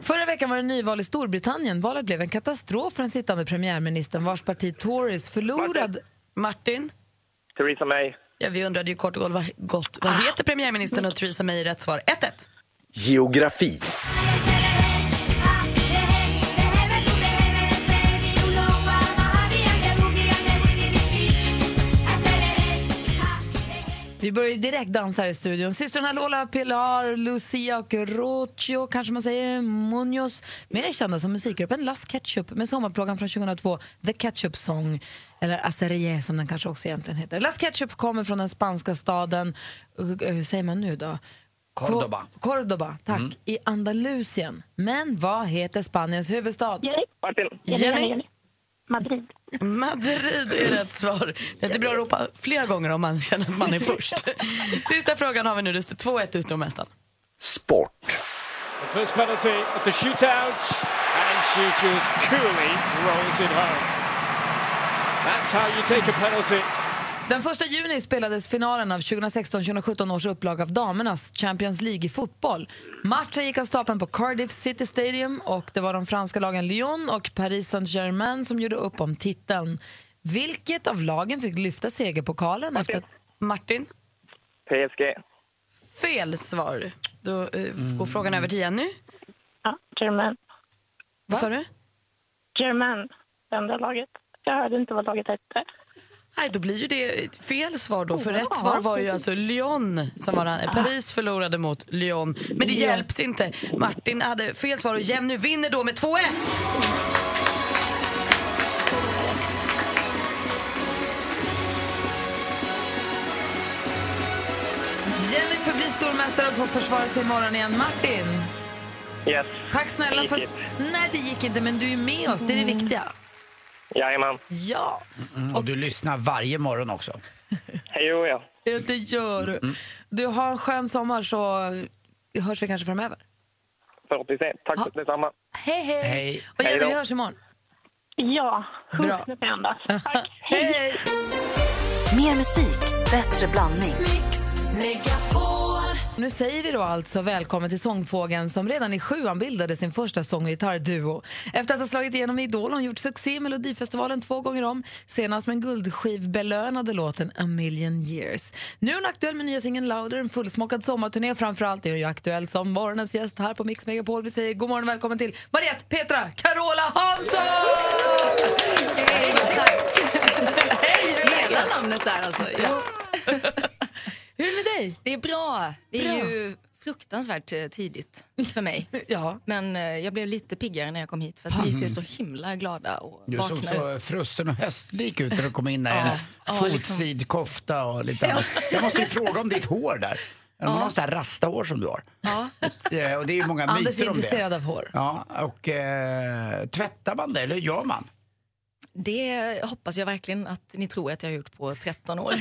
Förra veckan var det nyval i Storbritannien. Valet blev en katastrof för den sittande premiärministern vars parti Tories förlorade...
Martin?
Theresa May.
Ja, vi undrade ju kort och gott vad, gott,
Ah.
vad heter premiärministern och Theresa May är rätt svar 1-1.
Geografi.
Vi börjar ju direkt dansa här i studion. Systrarna Lola, Pilar, Lucia och Rocio, kanske man säger, Munoz. Mer kända som musikgruppen Las Ketchup med sommarplågan från 2002, The Ketchup Song, eller Acerie som den kanske också egentligen heter. Las Ketchup kommer från den spanska staden, eh, hur säger man nu då?
Cordoba.
Co- Cordoba, tack. I Andalusien. Men vad heter Spaniens huvudstad?
Martin.
Madrid.
Madrid är rätt svar. Det är bra att ropa flera gånger om man känner att man är först. Sista frågan har vi nu. Det står 2-1 i stormästaren.
Sport.
The first penalty of the shootout, and in
Futures coolly rolls it home. That's how you take a penalty.
Den 1 juni spelades finalen av 2016-2017 års upplag av damernas Champions League i fotboll. Matchen gick av stapeln på Cardiff City Stadium och det var de franska lagen Lyon och Paris Saint-Germain som gjorde upp om titeln. Vilket av lagen fick lyfta segerpokalen? Martin. Efter...
Martin?
PSG.
Fel svar. Då eh,
Mm.
går frågan över till Jenny.
Ja, German.
Vad sa du?
German, det andra laget. Jag hörde inte vad laget hette.
Nej, då blir ju det ett fel svar då. För
Oh,
rätt svar var ju alltså Lyon. Som var
Ah.
den. Paris förlorade mot Lyon. Men det hjälps inte. Martin hade fel svar och Jenny vinner då med 2-1.
Jennifer blir stormästare och får försvara sig imorgon igen. Martin,
Yes.
tack snälla för...
Det gick
Nej, det gick inte, men du är med oss. Det är det viktiga.
Jajamän.
Ja.
Mm, och du lyssnar varje morgon också.
Hej och ja.
Ja, Det gör du. Du har en skön sommar så hörs vi kanske framöver.
Förhoppningsvis. Tack
Ja.
detsamma.
Hej, hej!
Hej.
Och
Hej
Jenny,
då.
vi hörs imorgon.
Ja,
Bra.
nu kan jag andas. Tack.
Hej!
Mer musik, bättre blandning.
Nu säger vi då alltså välkommen till Sångfågeln som redan i sjuan bildade sin första sång och gitarrduo. Efter att ha slagit igenom i Idol har hon gjort succé i Melodifestivalen två gånger om, senast med en guldskivbelönade låten A Million Years. Nu är hon aktuell med nya singeln Louder, en fullsmockad sommarturné och framförallt är hon ju aktuell som morgonens gäst här på Mix Megapol. Vi säger god morgon och välkommen till Mariette Petra Carola Hansson!
Hela namnet där alltså. Ja.
Hur är det med dig?
Det är bra. Det är
Bra.
ju fruktansvärt eh, tidigt för mig. Men eh, jag blev lite piggare när jag kom hit för att ni ser så himla glada och
Du såg
vakna
så
ut.
frusen och höstlik ut när du kom in där i
Ja.
en
Ja, liksom.
fotsidkofta och lite annat. Jag måste ju fråga om ditt hår där. Om du har sånt där rastahår som du har.
Ja.
Eh, Och det är ju många
Anders
myter
är
om det.
intresserad av hår.
Ja, och eh, tvättar man det eller gör man?
Det hoppas jag verkligen att ni tror att jag har gjort på 13 år.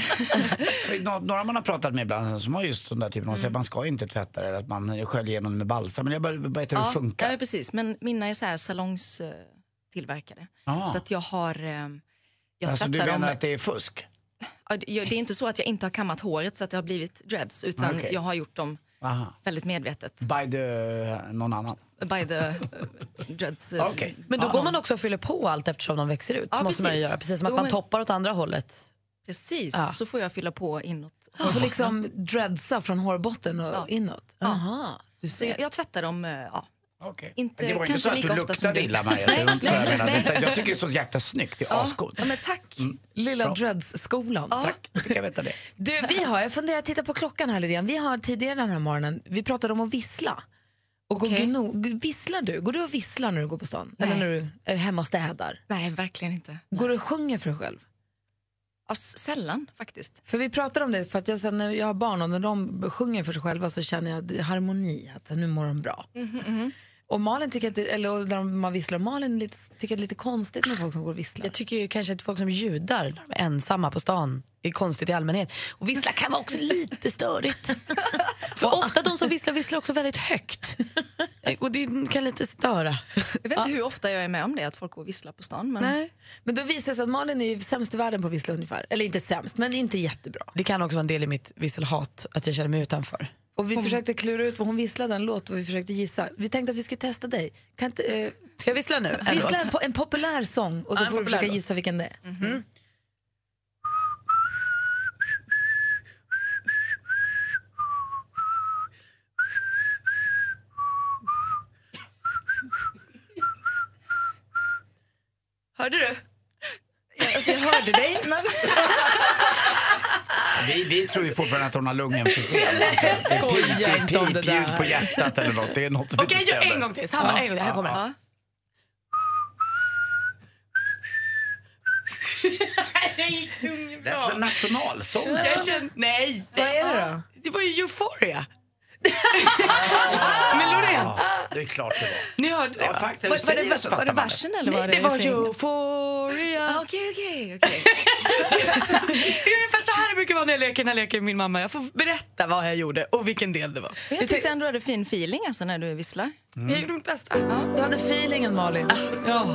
För nå- några man har pratat med ibland som har just den där typen, de säger
Mm.
att man ska inte tvätta det, eller att man sköljer igenom med balsam. Men jag bara vet hur det funkar.
Ja, precis. Men mina är så här salongstillverkade.
Ja.
Så att jag har... eh, Jag
alltså, du
tvättar
menar
dem.
att det är fusk?
Ja, det- jag- Det är inte så att jag inte har kammat håret så att det har blivit dreads utan
Okej.
jag har gjort dem
Aha.
väldigt medvetet.
By the, eh, någon annan?
By the eh, dreads. eh,
Men då går man också och fyller på allt eftersom de växer ut.
Ja,
så måste man ju
precis.
göra. Precis som att
Jo,
man
men-
toppar åt andra hållet.
Precis,
Ja.
så får jag fylla på inåt.
Du får liksom dreadsa från hårbotten och inåt. Aha. Du
Så jag, jag tvättar dem, eh, ja. Inte,
det var inte så
kanske
att
lika
du
ofta som
luktade
du.
illa Mariette, det var inte så jag menade. Utan Jag tycker det är så jäkla snyggt, det är
Ja.
ascoolt.
Ja, men tack.
Lilla dreads-skolan.
Tack, då fick jag veta det.
Du, vi har, jag funderar, titta på klockan här lite grann. Vi har tidigare den här morgonen, vi pratade om att vissla. Och gå
Okej.
gno, g- visslar du? Går du och visslar när du går på stan? Eller när du är hemma och städar?
Nej, verkligen inte.
Går du och sjunger för dig själv?
Ja, s- sällan faktiskt.
För vi pratade om det, för att jag, sen när jag har barn och när de sjunger för sig själva så känner jag harmoni, att så här, nu mår de bra.
Mhm,
Och Malin tycker att det, eller och när man visslar, Malin lite, tycker att det är lite konstigt med folk som går och visslar.
Jag tycker ju kanske att folk som judar, när de är ensamma på stan, är konstigt i allmänhet. Och vissla kan vara också lite störigt. För ofta de som visslar, visslar också väldigt högt. Och det kan lite störa.
Jag vet inte hur ofta jag är med om det, att folk går och visslar på stan. Men...
Nej. Men då visar det sig att Malin är ju sämst i världen på att vissla ungefär. Eller inte sämst, men inte jättebra.
Det kan också vara en del i mitt visselhat, att jag känner mig utanför.
Och vi försökte klura ut vad hon visslade en låt och vi försökte gissa. Vi tänkte att vi skulle testa dig. Kan inte, eh,
Ska jag vissla nu? En
vissla
låt?
en, po- en populär sång och så
Ja, en
får du
populär
försöka
låt. Mm.
gissa vilken det är.
Hörde du? Jag, alltså, jag hörde dig, men...
Vi, vi tror ju fortfarande att hon har lungemfysem. Det är Alltså, pip,
Skoja
pip,
inte om det
pip,
där.
ljud på hjärtat eller något. Det är något som
Okej,
inte
gör
stämmer.
en gång till. Samma, en gång till. Här kommer
den.
Det är som en nationalsång.
Jag känner, nej. Vad
är det då?
Det var ju Euphoria. Med Loreen.
Du är klart det var.
Ni hörde det?
Ja,
va?
faktiskt.
Var, var,
Säger
det,
så
var,
fattar
var det
man
versen
det.
eller var
Nej,
det
det var
Euphoria.
Okej, okej, okej.
Det är ungefär så här det brukar vara när jag leker den här leken med min mamma. Jag får berätta vad jag gjorde och vilken del det var.
Men Jag tyckte ändå du hade fin feeling alltså när du visslar.
Mm. Jag gjorde mitt bästa.
Du hade feelingen, Malin. Ah.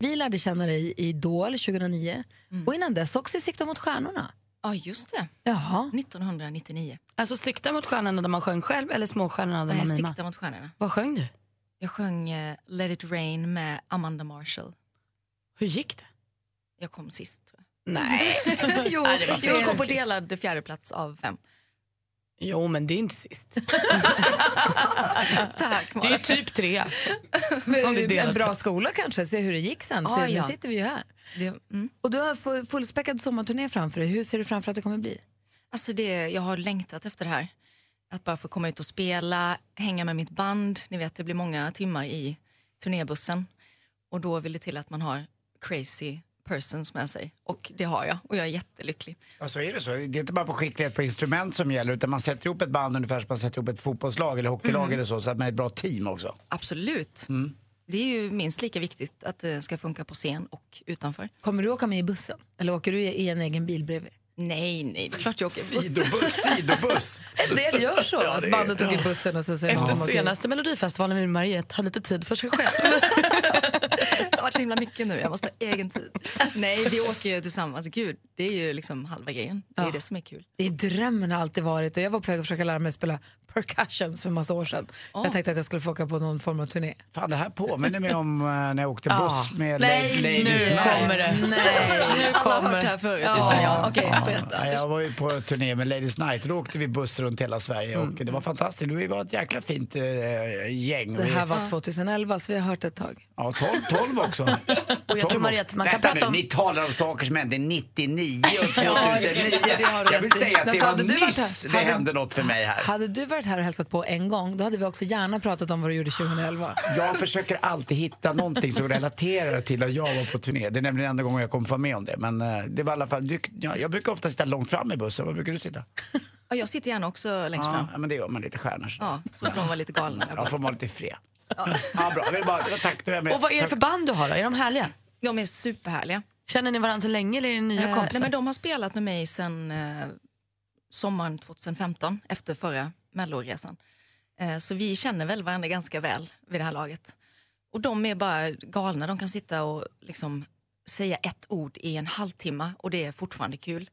Vi lärde känna dig i Idol 2009
Mm.
och innan dess också i Sikta mot stjärnorna.
Ja, just det.
Jaha.
1999.
Alltså sikta mot stjärnorna där man sjöng själv eller småstjärnorna där
Nej,
man mimade?
sikta mot stjärnorna.
Vad sjöng du?
Jag sjöng eh, Let it rain med Amanda Marshall.
Hur gick det?
Jag kom sist. Tror
jag. Nej.
jo,
Nej, det var
jo, jag kom på
tråkigt.
delad fjärdeplats av fem.
Jo, men det är inte sist.
Tack,
det är typ tre. Om det är delat.
en bra skola kanske, se hur det gick sen.
Ah,
se,
ja.
Nu sitter vi ju här.
mm,
Och du har full- fullspäckad sommarturné framför dig. Hur ser du framför att det kommer bli?
Alltså det, jag har längtat efter det här. Att bara få komma ut och spela, hänga med mitt band. Ni vet, det blir många timmar i turnébussen. Och då vill det till att man har crazy persons med sig. Och det har jag, och jag är jättelycklig.
Ja, så är det så. Det är inte bara på skicklighet på instrument som gäller utan man sätter ihop ett band ungefär som man sätter ihop ett fotbollslag eller hockeylag
Mm.
eller så, så att man är ett bra team också.
Absolut. Det är ju minst lika viktigt att det ska funka på scen och utanför.
Kommer du åka med i bussen? Eller åker du i- i en egen bil bredvid?
Nej, nej, det är klart jag åker buss.
Sidobuss, sidobuss.
En del gör så,
Ja, det
att
är-
bandet åker
ja.
i bussen och sen så är det någon
Efter
som åker i-
senaste Melodifestivalen vill Mariette ha lite tid för sig själv.
Det har varit så himla mycket nu, jag måste ha egen tid. Nej, vi åker ju tillsammans. Alltså, Gud, det är ju liksom halva grejen. Det är
Ja.
det som är kul.
Det är drömmen har alltid varit och jag var på väg att försöka lära mig att spela percussions för en massa år sedan. Jag tänkte att jag skulle få åka på någon form av turné.
Fan, det här påminner mig om eh, när jag åkte
Ja.
buss med
Nej,
Lady
nu kommer det. Nej, nu Alla har kommer hört det. det här förut, utan jag. Okej,
berätta. Jag var ju på turné med Ladies Night och då åkte vi buss runt hela Sverige och det var fantastiskt. Vi var ett jäkla fint eh, gäng.
Mm. Det
Vi-
här var 2011 så vi har hört ett tag.
Ja, 12, 12 också. Och
tror, Mariette, man kan prata om-
Nu, ni talar om saker som hände 99 och 2009.
Ja, det har du
jag vill
rätt i.
säga att
Men
det
så
var
hade du varit
nyss
här-
det
hade-
hände något för mig här.
Hade du varit här och hälsat på en gång, då hade vi också gärna pratat om vad du gjorde 2011.
Jag försöker alltid hitta någonting som relaterar till att jag var på turné. Det är nämligen enda gången jag kommer få med om det. Men eh, det var i alla fall, du, ja, jag brukar ofta sitta långt fram i bussen. Var brukar du sitta?
Ja, jag sitter gärna också längst fram.
Ja, men det gör man lite stjärnor.
Ja, så får de vara lite galna.
Ja, får man vara lite fred. Ja. bra. Det är bara, det var tack, då är jag med.
Och vad är det för band du har då? Är de härliga?
De är superhärliga.
Känner ni varandra så länge eller är ni nya
Eh,
kompisar?
nej, men de har spelat med mig sedan eh, sommaren 2015, efter förra melloresan. Eh, så vi känner väl varandra ganska väl vid det här laget. Och de är bara galna. De kan sitta och liksom säga ett ord i en halvtimme och det är fortfarande kul.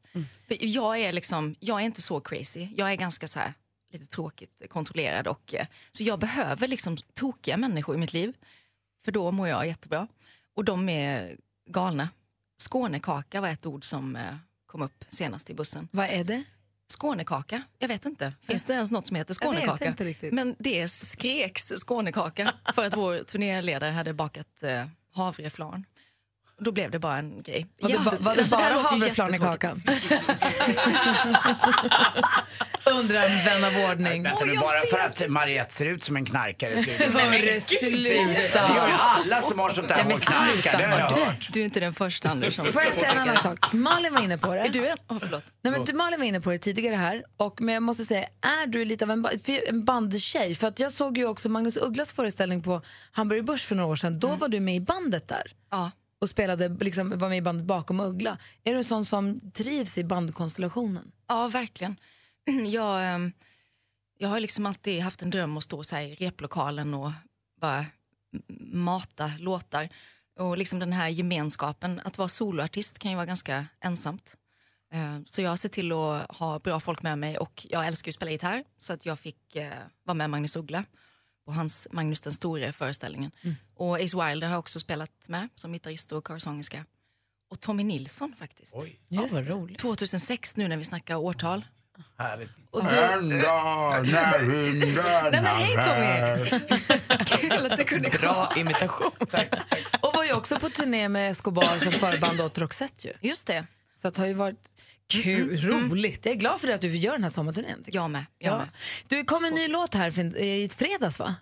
För jag, är liksom, jag är inte så crazy. Jag är ganska så här, lite tråkigt kontrollerad. Och, eh, så jag behöver liksom tokiga människor i mitt liv. För då mår jag jättebra. Och de är galna. Skånekaka var ett ord som eh, kom upp senast i bussen.
Vad är det?
Skånekaka? Jag vet inte. Finns det ens något som heter
Jag vet
skånekaka?
inte riktigt.
Men det skreks skånekaka för att vår turnéledare hade bakat eh, havreflarn. Då blev det bara en grej.
Var det, ba,
Jätte-
var det
Alltså, här
bara
låter ju
havreflarn i
jättetråkigt.
kakan? Undrar en vän av ordning.
Vänta nu, bara för att Mariette ser ut som en knarkare så är det Nej,
Hörru,
men gud.
sluta.
Det gör ju alla som har sånt där
Nej, men
och knarkar, det har jag
sluta,
hört.
Du är inte den första, Anders. som
Får jag säga en
påpekar
annan
det.
sak? Malin var inne på det. Är
du en? Oh, förlåt.
Nej, men du, Malin var inne på det tidigare här. Och, men jag måste säga, är du lite av en, ba- för- en bandtjej? För att jag såg ju också Magnus Ugglas föreställning på Hamburg Börs för några år sedan. Då var du med i bandet där.
Ja.
Och spelade, liksom, var med i bandet bakom Uggla. Är du en sån som trivs i bandkonstellationen?
Ja, verkligen. Jag, ehm, jag har liksom alltid haft en dröm att stå så här i replokalen och bara m- mata låtar. Och liksom den här gemenskapen. Att vara soloartist kan ju vara ganska ensamt. Eh, Så jag ser till att ha bra folk med mig och jag älskar ju att spela gitarr så att jag fick eh, vara med Magnus Uggla på hans Magnus den store föreställningen. Och Ace Wilder har jag också spelat med som gitarrist och körsångerska. Och Tommy Nilsson faktiskt. Oj,
Just vad det. roligt.
2006 nu när vi snackar årtal.
Härligt.
Och du-
En dag när himlen
Nej, men hej, Tommy.
är-
Kul att du kunde komma.
Bra imitation.
Och var ju också på turné med Escobar som förband åt Roxette ju.
Just det.
Så att det har ju varit kul, roligt. Jag är glad för det att du gör den här sommarturnén. tycker
Jag med. jag med.
Du kom en ny låt här fin- i fredags va?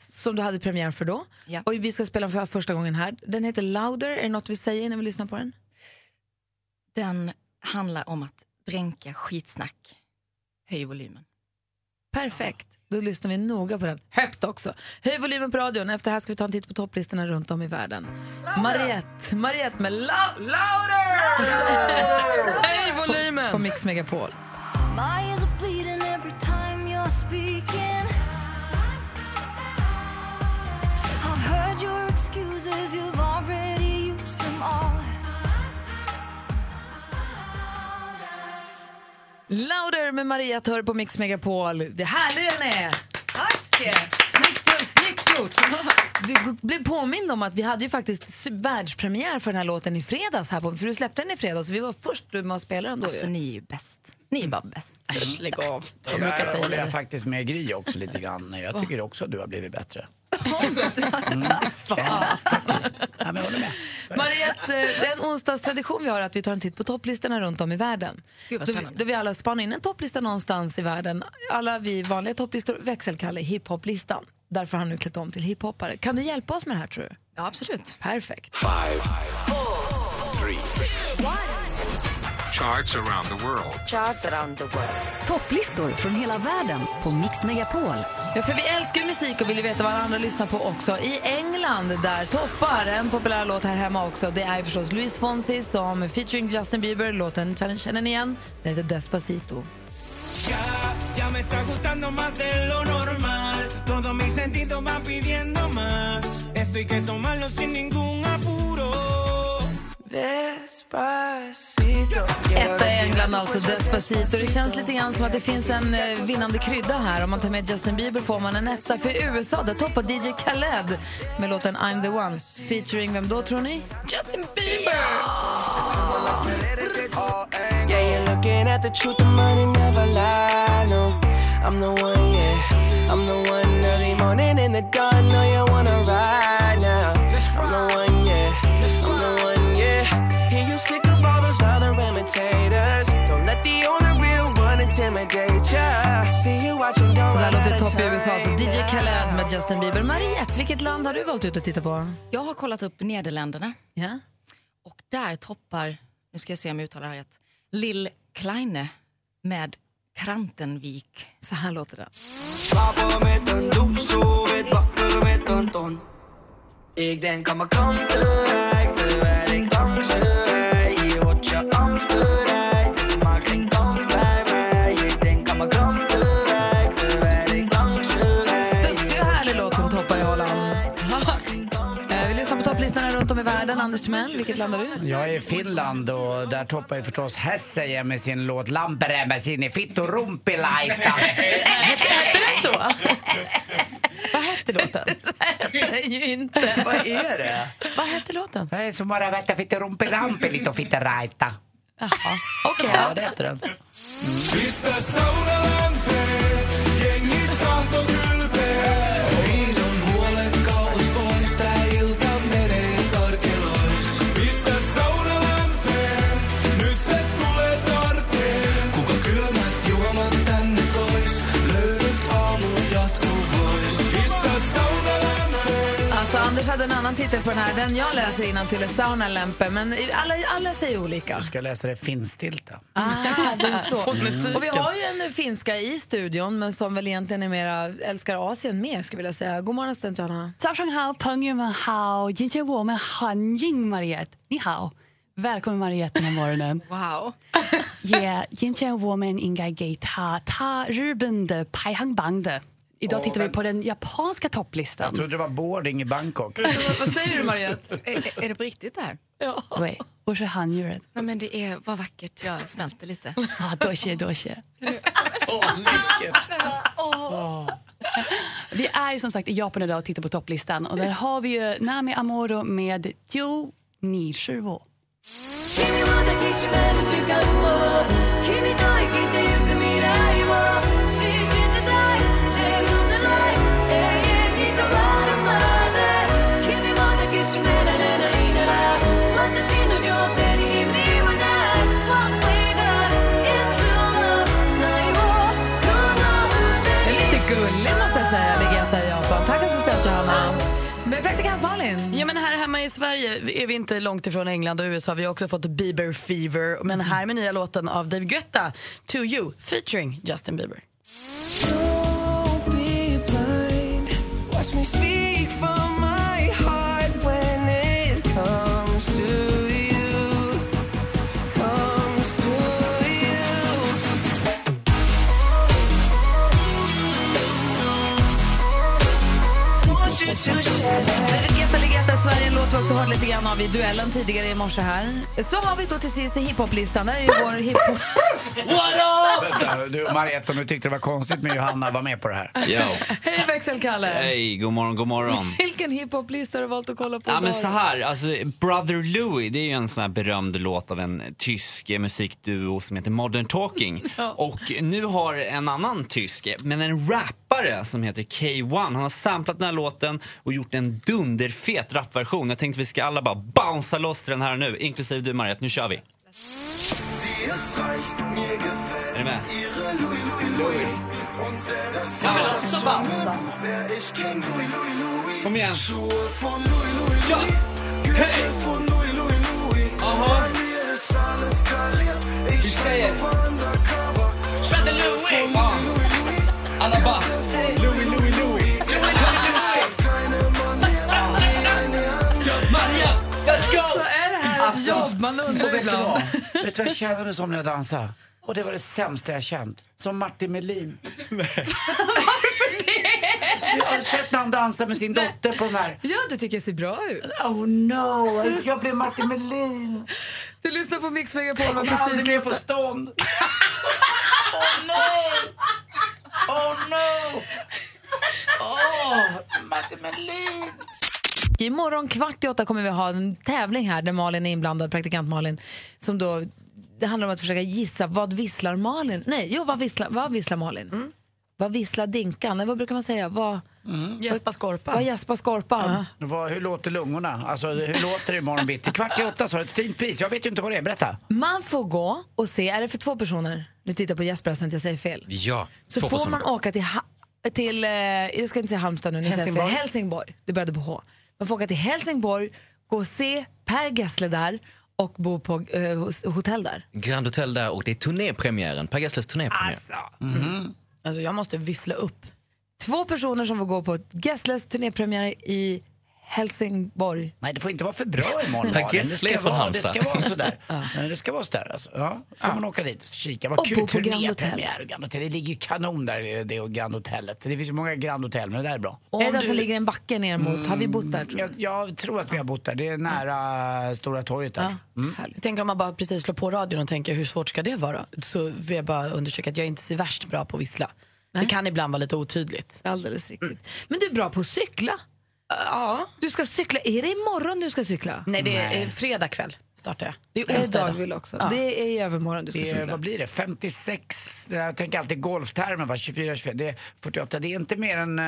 Som du hade premiär för då.
Ja.
Och vi ska spela den för första gången här. Den heter Louder. Är det något vi säger innan vi lyssnar på den?
Den handlar om att dränka skitsnack. Höj volymen.
Perfekt. Då lyssnar vi noga på den, högt också. Höj volymen på radion, efter det här ska vi ta en titt på topplistorna runt om i världen. Mariette, Mariette med la- Louder! Höj volymen! På Mix Megapol.
My ears are bleeding every time you're speaking. I've heard your excuses, you've already used them all.
Louder med Mariette hör på Mix Megapol. Det är härlig den är! Tack! Snyggt, gjort, snyggt gjort! Du g- blev påmind om att vi hade ju faktiskt s- världspremiär för den här låten i fredags. Här på, för du släppte den i fredags, så vi var först med att spela den då.
Alltså, ni är ju bäst. Ni är bara bäst.
Lägg av.
Jag där håller jag faktiskt med Gry också lite grann. Jag tycker också att du har blivit bättre. Mm.
Mariette, eh, det är en onsdagstradition vi har att vi tar en titt på topplistorna runt om i världen.
Gud, vad
Då vi,
spännande.
då vi alla spanar in en topplista någonstans i världen. Alla vi vanliga topplistor växelkalle hiphoplistan. Därför har han nu klätt om till hiphoppare. Kan du hjälpa oss med det här tror du?
Ja, absolut.
Perfekt.
Five, three. Charts around the world.
Topplistor från hela världen på Mix Megapol.
Ja, för vi älskar ju musik och vill ju veta vad alla andra lyssnar på också. I England, där toppar en populär låt här hemma också. Det är förstås Luis Fonsi som featuring Justin Bieber. Låten känner, känner ni igen. Den heter Despacito.
Ya me está gustando más de lo normal. Todo mi sentido va pidiendo más. Esto hay que tomarlo sin ningún apuro. Despacito.
Etta i England, alltså Despacito. Det känns lite grann som att det finns en eh, vinnande krydda här. Om man tar med Justin Bieber får man en etta. För i USA, där toppar DJ Khaled med låten I'm the one. Featuring vem då, tror ni? Justin Bieber!
Yeah, you're looking at the truth, the money never lie. No, I'm the one, yeah. I'm the one early morning in the dawn. No, you wanna ride now. I'm the one, yeah. I'm the one, yeah. Hear you sick of all those other imitators. Don't let the only real one intimidate ya. See you watching, don't
Så där
run
låter
out of
topp i USA. alltså Så
time
DJ
now.
Khaled med Justin Bieber. Mariette, vilket land har du valt ut att titta på?
Jag har kollat upp Nederländerna.
Ja.
Och där toppar, nu ska jag se om jag uttalar det här rätt, Lill Kleine med Krantenvik.
Så här låter den.
Slapen met een doek, zo wit wakker met een ton. Ik denk aan mijn kanten rijk, terwijl ik langs je rijd. Hier wordt je angst bereid, dus maak geen kans bij mij. Ik denk aan mijn kanten rijk, terwijl ik langs je rijd.
Studsig och härlig låt som toppar i Holland. Eh, Vi lyssnar på topplistorna runt om i världen. Anders Timell, vilket land har du?
Jag är i Finland och där toppar ju förstås Hesseje med sin låt Lampere sin i Fittorumpilaita.
Hette den så? Vad hette låten? Så hette den ju inte.
Vad är det?
Vad hette låten?
Nej, som bara vette Fittorumpilampelito Fittoraita.
Jaha,
okej. Ja, det heter den.
Pistä saunalämpöön, jengi tahto kylpeä. Riidon huolen kauas pois, tää ilta menee karkelois. Pistä saunalämpöön, nyt se tulee tarpeen. Kuka kylmät juomat tänne tois, löydät aamun jatkuvois. Pistä saunalämpöön.
Alltså, Anders hade en annan titel på den här. Den jag läser innan till är Saunalämpö, men alla, alla säger olika.
Jag ska läsa det finstilta.
Ah, det är så.
Fonetiken.
Och vi har ju en finska i studion, men som väl egentligen är mera älskar Asien mer, skulle jag vilja säga. God morgon, assistent Johanna.
早上好，朋友们好，今天我们欢迎 Mariette，你好，Välkommen Mariette den här morgonen.
wow.
yeah, 今天我们应该给他他日本的排行榜的。Idag
Åh,
tittar vi
men-
på den japanska
Jag
topplistan.
trodde det var boarding i Bangkok.
Vad säger du, Mariette?
Är, är det på riktigt det här?
Ja. Nej, och så han gör det.
Nej, men det är, vad vackert. Jag smälter lite.
Ah, dosje, dosje. Vi är ju som sagt i Japan idag och tittar på topplistan och där har vi ju Nami Amoro med Jo Nishiwo.
君を抱きしめる時間を君と生きてゆく未来を信じてたい There's no lie 永遠に変わるまで君を抱きしめられないなら私の両手に意味はない What we got is true love 愛をこの腕
Det är lite gullig, måste jag säga, ligger jag där i Japan. Tack, assistent Johanna. Men praktikant Malin?
Ja, men här hemma i Sverige är vi inte långt ifrån England och USA. Vi har också fått Bieber fever. Men här med nya låten av David Guetta, To You, featuring Justin Bieber.
Don't be
Ligeta Ligeta i Sverige, en låt vi också hörde lite grann av i duellen tidigare i morse här. Så har vi då till sist i hiphoplistan, där är ju vår hiphop...
Vänta, du, Marietta, om du tyckte det var konstigt med Johanna, var med på det här.
Yo.
Hej växelkalle!
Hej, god morgon, god morgon.
Vilken hiphoplista har du valt att kolla på
Ja
idag?
men så här, alltså Brother Louie det är ju en sån här berömd låt av en tysk eh, musikduo som heter Modern Talking. Och nu har en annan tysk, eh, men en rappare som heter K1, han har samplat den här låten och gjort en dunderfet rapversion. Jag tänkte vi ska alla bara bouncea loss till den här nu, inklusive du Mariette, nu kör vi.
Sie ist reich, mir
Är ni med?
gefällt ihre Louis, Louis, Louis. Und wer das
Ja,
ja,
men
das
alltså,
schon
bara-
genug, wär ich kein Louis, Louis, Louis.
Kom igen.
Schuhe von Louis, Louis, Louis. Gürtel von Louis, Louis, Louis. Bei mir ist alles kariert, ich, ich scheiße auf Undercover. Brother Louis, Louis, Alla bara, Louis, Louis, Louis. Hat keine Manier, wie eine Maria, let's
Alltså, är det här ett jobb? Man
och
undrar
vet du
ibland.
vad? Vet du vad jag kände mig som när jag dansade? Och det var det sämsta jag känt. Som Martin Melin. Jag har sett när han dansar med sin dotter på de här.
Ja, det tycker jag ser bra ut.
Oh no, jag blev Martin Melin.
Du lyssnar på Mix Megapol. Jag
kommer aldrig mer få
stånd.
Oh no! Oh no! Oh, Martin Melin!
Imorgon kvart i åtta kommer vi ha en tävling här där Malin är inblandad, praktikant Malin. Som då, det handlar om att försöka gissa vad visslar Malin? Nej, jo, vad visslar, vad visslar Malin? Vad visslar Dinkan? Nej, vad brukar man säga? Vad,
Gäspa skorpan.
Vad gäspar skorpan?
Vad, hur låter lungorna? Alltså, hur låter det imorgon bitti? Kvart i åtta så har du ett fint pris. Jag vet ju inte vad det är. Berätta.
Man får gå och se, är det för två personer? Nu tittar jag på Jesper här så att jag säger fel.
Ja,
Så får man åka till, ha- till eh, jag ska inte säga Halmstad nu, nu säger jag fel.
Helsingborg.
Helsingborg. Det började på H. Man får åka till Helsingborg, gå och se Per Gessle där och bo på eh, hos- hotell där.
Grand Hotel där och det är turnépremiären, Per Gessles turnépremiär.
Mm.
Alltså jag måste vissla upp.
Två personer som får gå på Gessles turnépremiär i Helsingborg.
Nej, det får inte vara för bra imorgon.
Per
Malin. Det
Gessle är
ska
från
vara-
Halmstad.
Det ska vara sådär. Men Det ska vara sådär. Alltså. Ja, får man åka dit och kika. Vad
Och bo
kul.
på Grand Hotel.
Turnépremiär. Grand Hotel. Det ligger ju kanon där, det och Grand Hotellet. Det finns ju många Grand Hotel, men det där är bra.
Alltså, är det den som ligger en backe ner mot? Har
Mm.
vi bott där? Tror
jag, jag tror att vi har bott där. Det är nära Stora torget där. Mm.
Jag tänker om man bara precis slår på radion och tänker hur svårt ska det vara? Så vill jag bara undersöka att jag inte är så värst bra på att vissla. Det kan ibland vara lite otydligt.
Alldeles riktigt.
Mm.
Men du är bra på att cykla. Ja. Du ska cykla. Är det imorgon du ska cykla?
Nej, det är eh, fredag kväll startar jag. Det
Det
är
är
onsdag idag.
dagvill också.
Ja.
Det är i övermorgon du ska
Det är,
cykla.
vad blir det? 56, jag tänker alltid golftermer va? 24, 25, det är 48. Det är inte mer än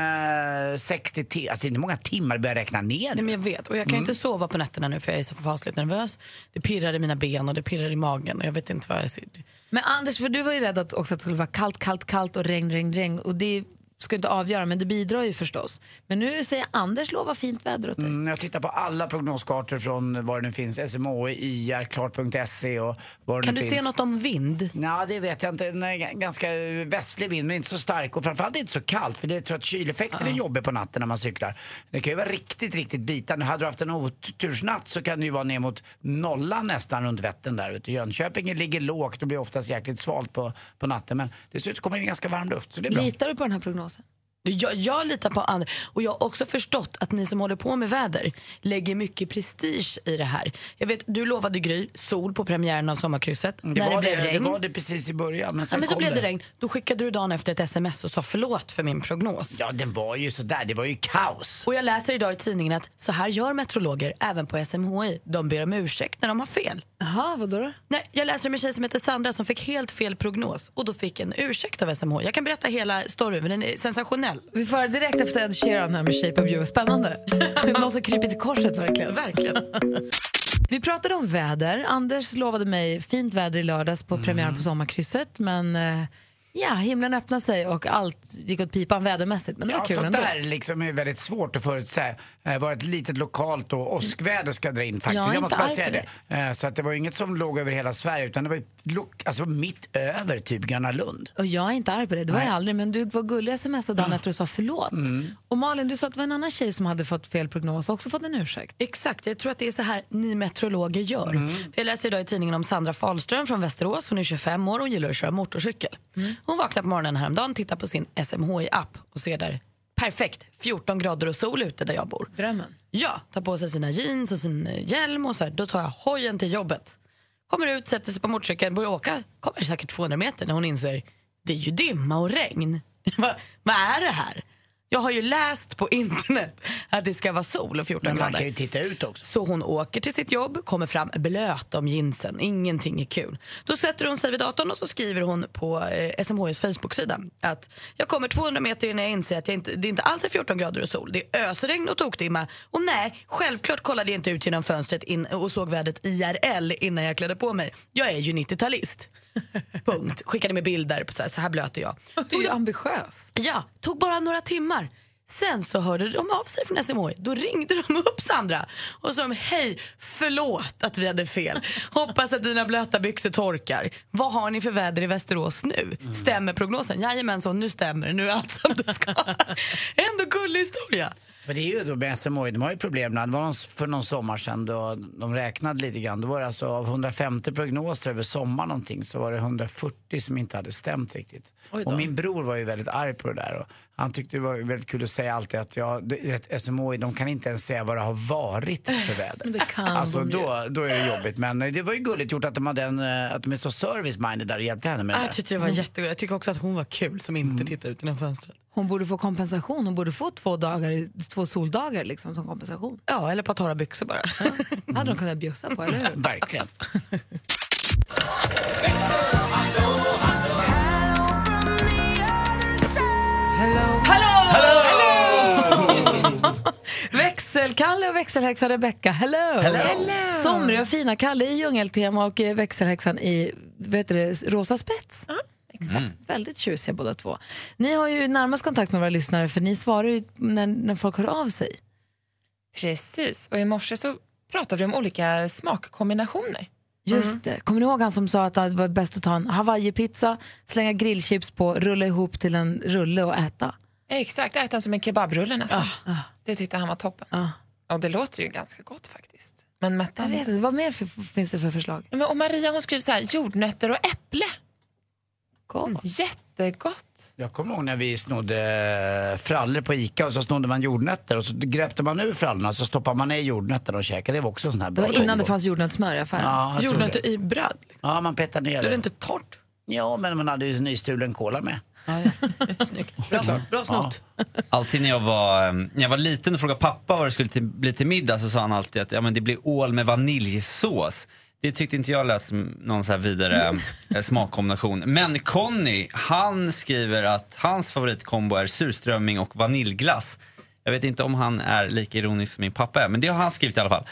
eh, 60 timmar, alltså det är inte många timmar det börjar räkna ner.
Nej, men jag vet. Och jag kan ju
Mm.
inte sova på nätterna nu för jag är så fasligt nervös. Det pirrar i mina ben och det pirrar i magen och jag vet inte vad jag ser.
Men Anders, för du var ju rädd att, också att det skulle vara kallt, kallt, kallt och regn, regn, regn. Och det ska ju inte avgöra, men det bidrar ju förstås. Men nu säger Anders lova fint väder åt dig.
Mm, jag tittar på alla prognoskartor från var det nu finns, SMHI, IR, klart.se E och var det
Kan
nu
du
finns.
se något om vind?
Ja, det vet jag inte. Nej, g- ganska västlig vind, men inte så stark. Och framförallt inte så kallt, för det tror jag att kyleffekten är jobbig på natten när man cyklar. Det kan ju vara riktigt, riktigt bitande. Hade du haft en otursnatt så kan det ju vara ner mot nollan nästan runt Vättern där ute. Jönköping ligger lågt och blir oftast jäkligt svalt på, på natten. Men dessutom kommer det in ganska varm luft, så det är bra.
Litar du på den här prognosen?
Jag, jag litar på andra. Och jag har också förstått att ni som håller på med väder lägger mycket prestige i det här. Jag vet, du lovade Gry sol på premiären av Sommarkrysset.
Mm, Det,
när det
var
blev
det, det
regn.
var det precis i början, men
ja,
sen
men så
kom
blev det
det
regn. Då skickade du dagen efter ett sms och sa förlåt för min prognos.
Ja, den var ju sådär. Det var ju kaos.
Och jag läser idag i tidningen att så här gör meteorologer även på SMHI. De ber om ursäkt när de har fel.
Jaha, vadå då?
Nej, jag läser om en tjej som heter Sandra som fick helt fel prognos och då fick en ursäkt av SMHI. Jag kan berätta hela storyn, men den är sensationell.
Vi får höra direkt efter Ed Sheeran här med Shape of You. Spännande. Någon som krypit i korset verkligen.
Verkligen.
Vi pratade om väder. Anders lovade mig fint väder i lördags på premiären på Sommarkrysset. Men eh, ja, himlen öppnade sig och allt gick åt pipan vädermässigt. Men det var
Ja,
kul
sånt
ändå.
där liksom är väldigt svårt att förutsäga. Eh, var ett litet lokalt och åskväder ska jag dra in faktiskt.
Jag är
Jag måste
inte
bara
arg
säga
på
det. Eh, så att det var ju inget som låg över hela Sverige utan det var ju lok- alltså mitt över typ Gröna Lund.
Och jag är inte arg på det, det var jag
Nej.
aldrig. Men du var gullig smsade dagen efter och sa förlåt.
Mm.
Och Malin, du sa att det var en annan tjej som hade fått fel prognos och också fått en ursäkt.
Exakt, jag tror att det är så här ni meteorologer gör.
Mm.
För jag läser idag i tidningen om Sandra Falström från Västerås. Hon är 25 år och
Mm.
gillar att köra motorcykel. Hon vaknar på morgonen häromdagen, tittar på sin SMHI-app och ser där perfekt, 14 grader och sol ute där jag bor.
Drömmen.
Ja, tar på sig sina jeans och sin eh, hjälm och så här. Då tar jag hojen till jobbet. Kommer ut, sätter sig på motorcykeln, börjar åka. Kommer säkert 200 meter när hon inser det är ju dimma och regn. Vad vad är det här? Jag har ju läst på internet att det ska vara sol och 14
Men man
grader.
kan ju titta ut också.
Så hon åker till sitt jobb, kommer fram blöt om jeansen. Ingenting är kul. Då sätter hon sig vid datorn och så skriver hon på eh, SMHs Facebook-sida att jag kommer 200 meter innan jag inser att jag inte, det inte alls är 14 grader och sol. Det är ösregn och tokdimma. Och nej, självklart kollade jag inte ut genom fönstret in och såg vädret IRL innan jag klädde på mig. Jag är ju 90-talist. Punkt. Skickade med bilder på så här, så här blöt är jag.
Du är ju ambitiös.
Ja, tog bara några timmar. Sen så hörde de av sig från SMHI. Då ringde de upp Sandra och sa de, hej, förlåt att vi hade fel. Hoppas att dina blöta byxor torkar. Vad har ni för väder i Västerås nu? Stämmer prognosen? Jajamensan, nu stämmer det. Nu är allt som det ska. Ändå gullig historia.
Men det är ju då med SMHI, de har ju problem ibland. Det var någon- för någon sommar sedan då de räknade lite grann. Då var det alltså av 150 prognoser över sommar någonting så var det 140 som inte hade stämt riktigt.
Oj då.
Och min bror var ju väldigt arg på det där. Och han tyckte det var väldigt kul att säga alltid att ja, det- ett SMHI, de kan inte ens säga vad det har varit för väder.
Det kan
Alltså
de ju.
då, då är det jobbigt. Men eh, det var ju gulligt gjort att de, hade en, eh, att de är så service-minded där och hjälpte henne med det
Ah,
där.
Jag tyckte det var jättegulligt. Jag tycker också att hon var kul som inte tittade ut genom fönstret.
Hon borde få kompensation. Hon borde få två, dagar, två soldagar liksom, som kompensation.
Ja, eller ett par torra byxor bara.
hade de kunnat bjussa på, eller hur?
Verkligen.
Växelkalle och växelhäxan Rebecca, hello!
Hello.
Somriga och fina Kalle i djungeltema och eh, växelhäxan i vet du, det, rosa spets. Exakt.
Mm.
Väldigt tjusiga båda två. Ni har ju närmast kontakt med våra lyssnare för ni svarar ju när, när folk hör av sig.
Precis, och i morse så pratade vi om olika smakkombinationer.
Just det. Kommer ni ihåg han som sa att det var bäst att ta en hawaii-pizza, slänga grillchips på, rulla ihop till en rulle och äta?
Exakt, äta den som en kebabrulle nästan.
Ah,
Det tyckte han var toppen. Och det låter ju ganska gott faktiskt. Men
Jag
mättan...
vet inte, vad mer för, finns det för förslag?
Men, och Maria hon skriver så här, jordnötter och äpple. Gott. Jättegott.
Jag kommer ihåg när vi snodde eh, frallor på ICA och så snodde man jordnötter och så gräpte man ur frallorna och så stoppade man ner jordnötterna och käkade. Det var också en sån här
Det
bra
var innan
kombo.
det fanns jordnötssmör i affären.
Ja, jag tror Jordnötter det.
i bröd?
Ja, man petade ner det.
Är det inte torrt?
Ja, men man hade ju nystulen cola med.
Bra snott.
Alltid när jag var, eh, när jag var liten och frågade pappa vad det skulle till, bli till middag så sa han alltid att ja, men det blir ål med vaniljsås. Det tyckte inte jag lät som någon så här vidare eh, smakkombination. Men Conny, han skriver att hans favoritkombo är surströmming och vaniljglass. Jag vet inte om han är lika ironisk som min pappa är, men det har han skrivit i alla fall.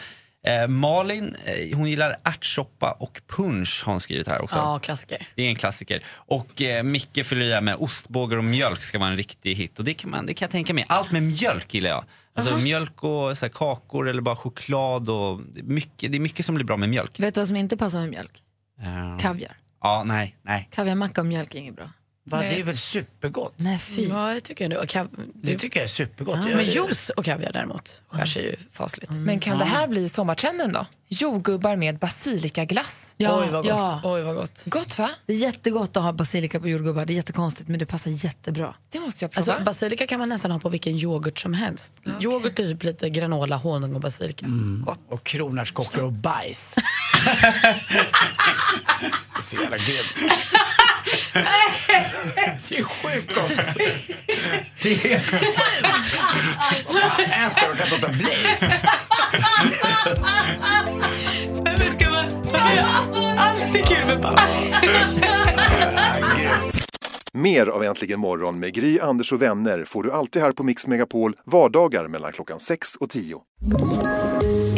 Eh, Malin, eh, hon gillar ärtsoppa och punsch har hon skrivit här också.
Ja, klassiker.
Det är en klassiker. Och eh, Micke fyller i här med ostbågar och mjölk ska vara en riktig hit. Och det kan, man, det kan jag tänka mig. Allt med mjölk gillar jag. Alltså mjölk och så här, kakor eller bara choklad. Och, det är mycket, det är mycket som blir bra med mjölk.
Vet du vad som inte passar med mjölk?
Eh,
Kaviar.
Ja, nej, nej.
Kaviarmacka och mjölk är inget bra.
Va, det är väl supergott?
Nej, fy.
Ja, jag tycker ändå. Kav...
Det tycker jag är Mm. supergott.
Men juice och kaviar däremot skär sig ju fasligt.
Men kan det här bli sommartrenden då? Jordgubbar med basilikaglass.
Ja, Oj, vad gott. ja.
Oj, vad gott. Gott va?
Det är jättegott att ha basilika på jordgubbar. Det är jättekonstigt men det passar jättebra.
Det måste jag
Alltså, basilika kan man nästan ha på vilken yoghurt som helst. Yoghurt är typ lite granola, honung och basilika. Gott.
Och kronärtskockor och bajs. Det är så jävla grymt. Det är sjukt gott alltså. Det är... Äter och kan inte låta bli.
Allt är kul med pappa.
Mer av Äntligen morgon med Gry, Anders och vänner får du alltid här på Mix Megapol vardagar mellan klockan 6 och 10.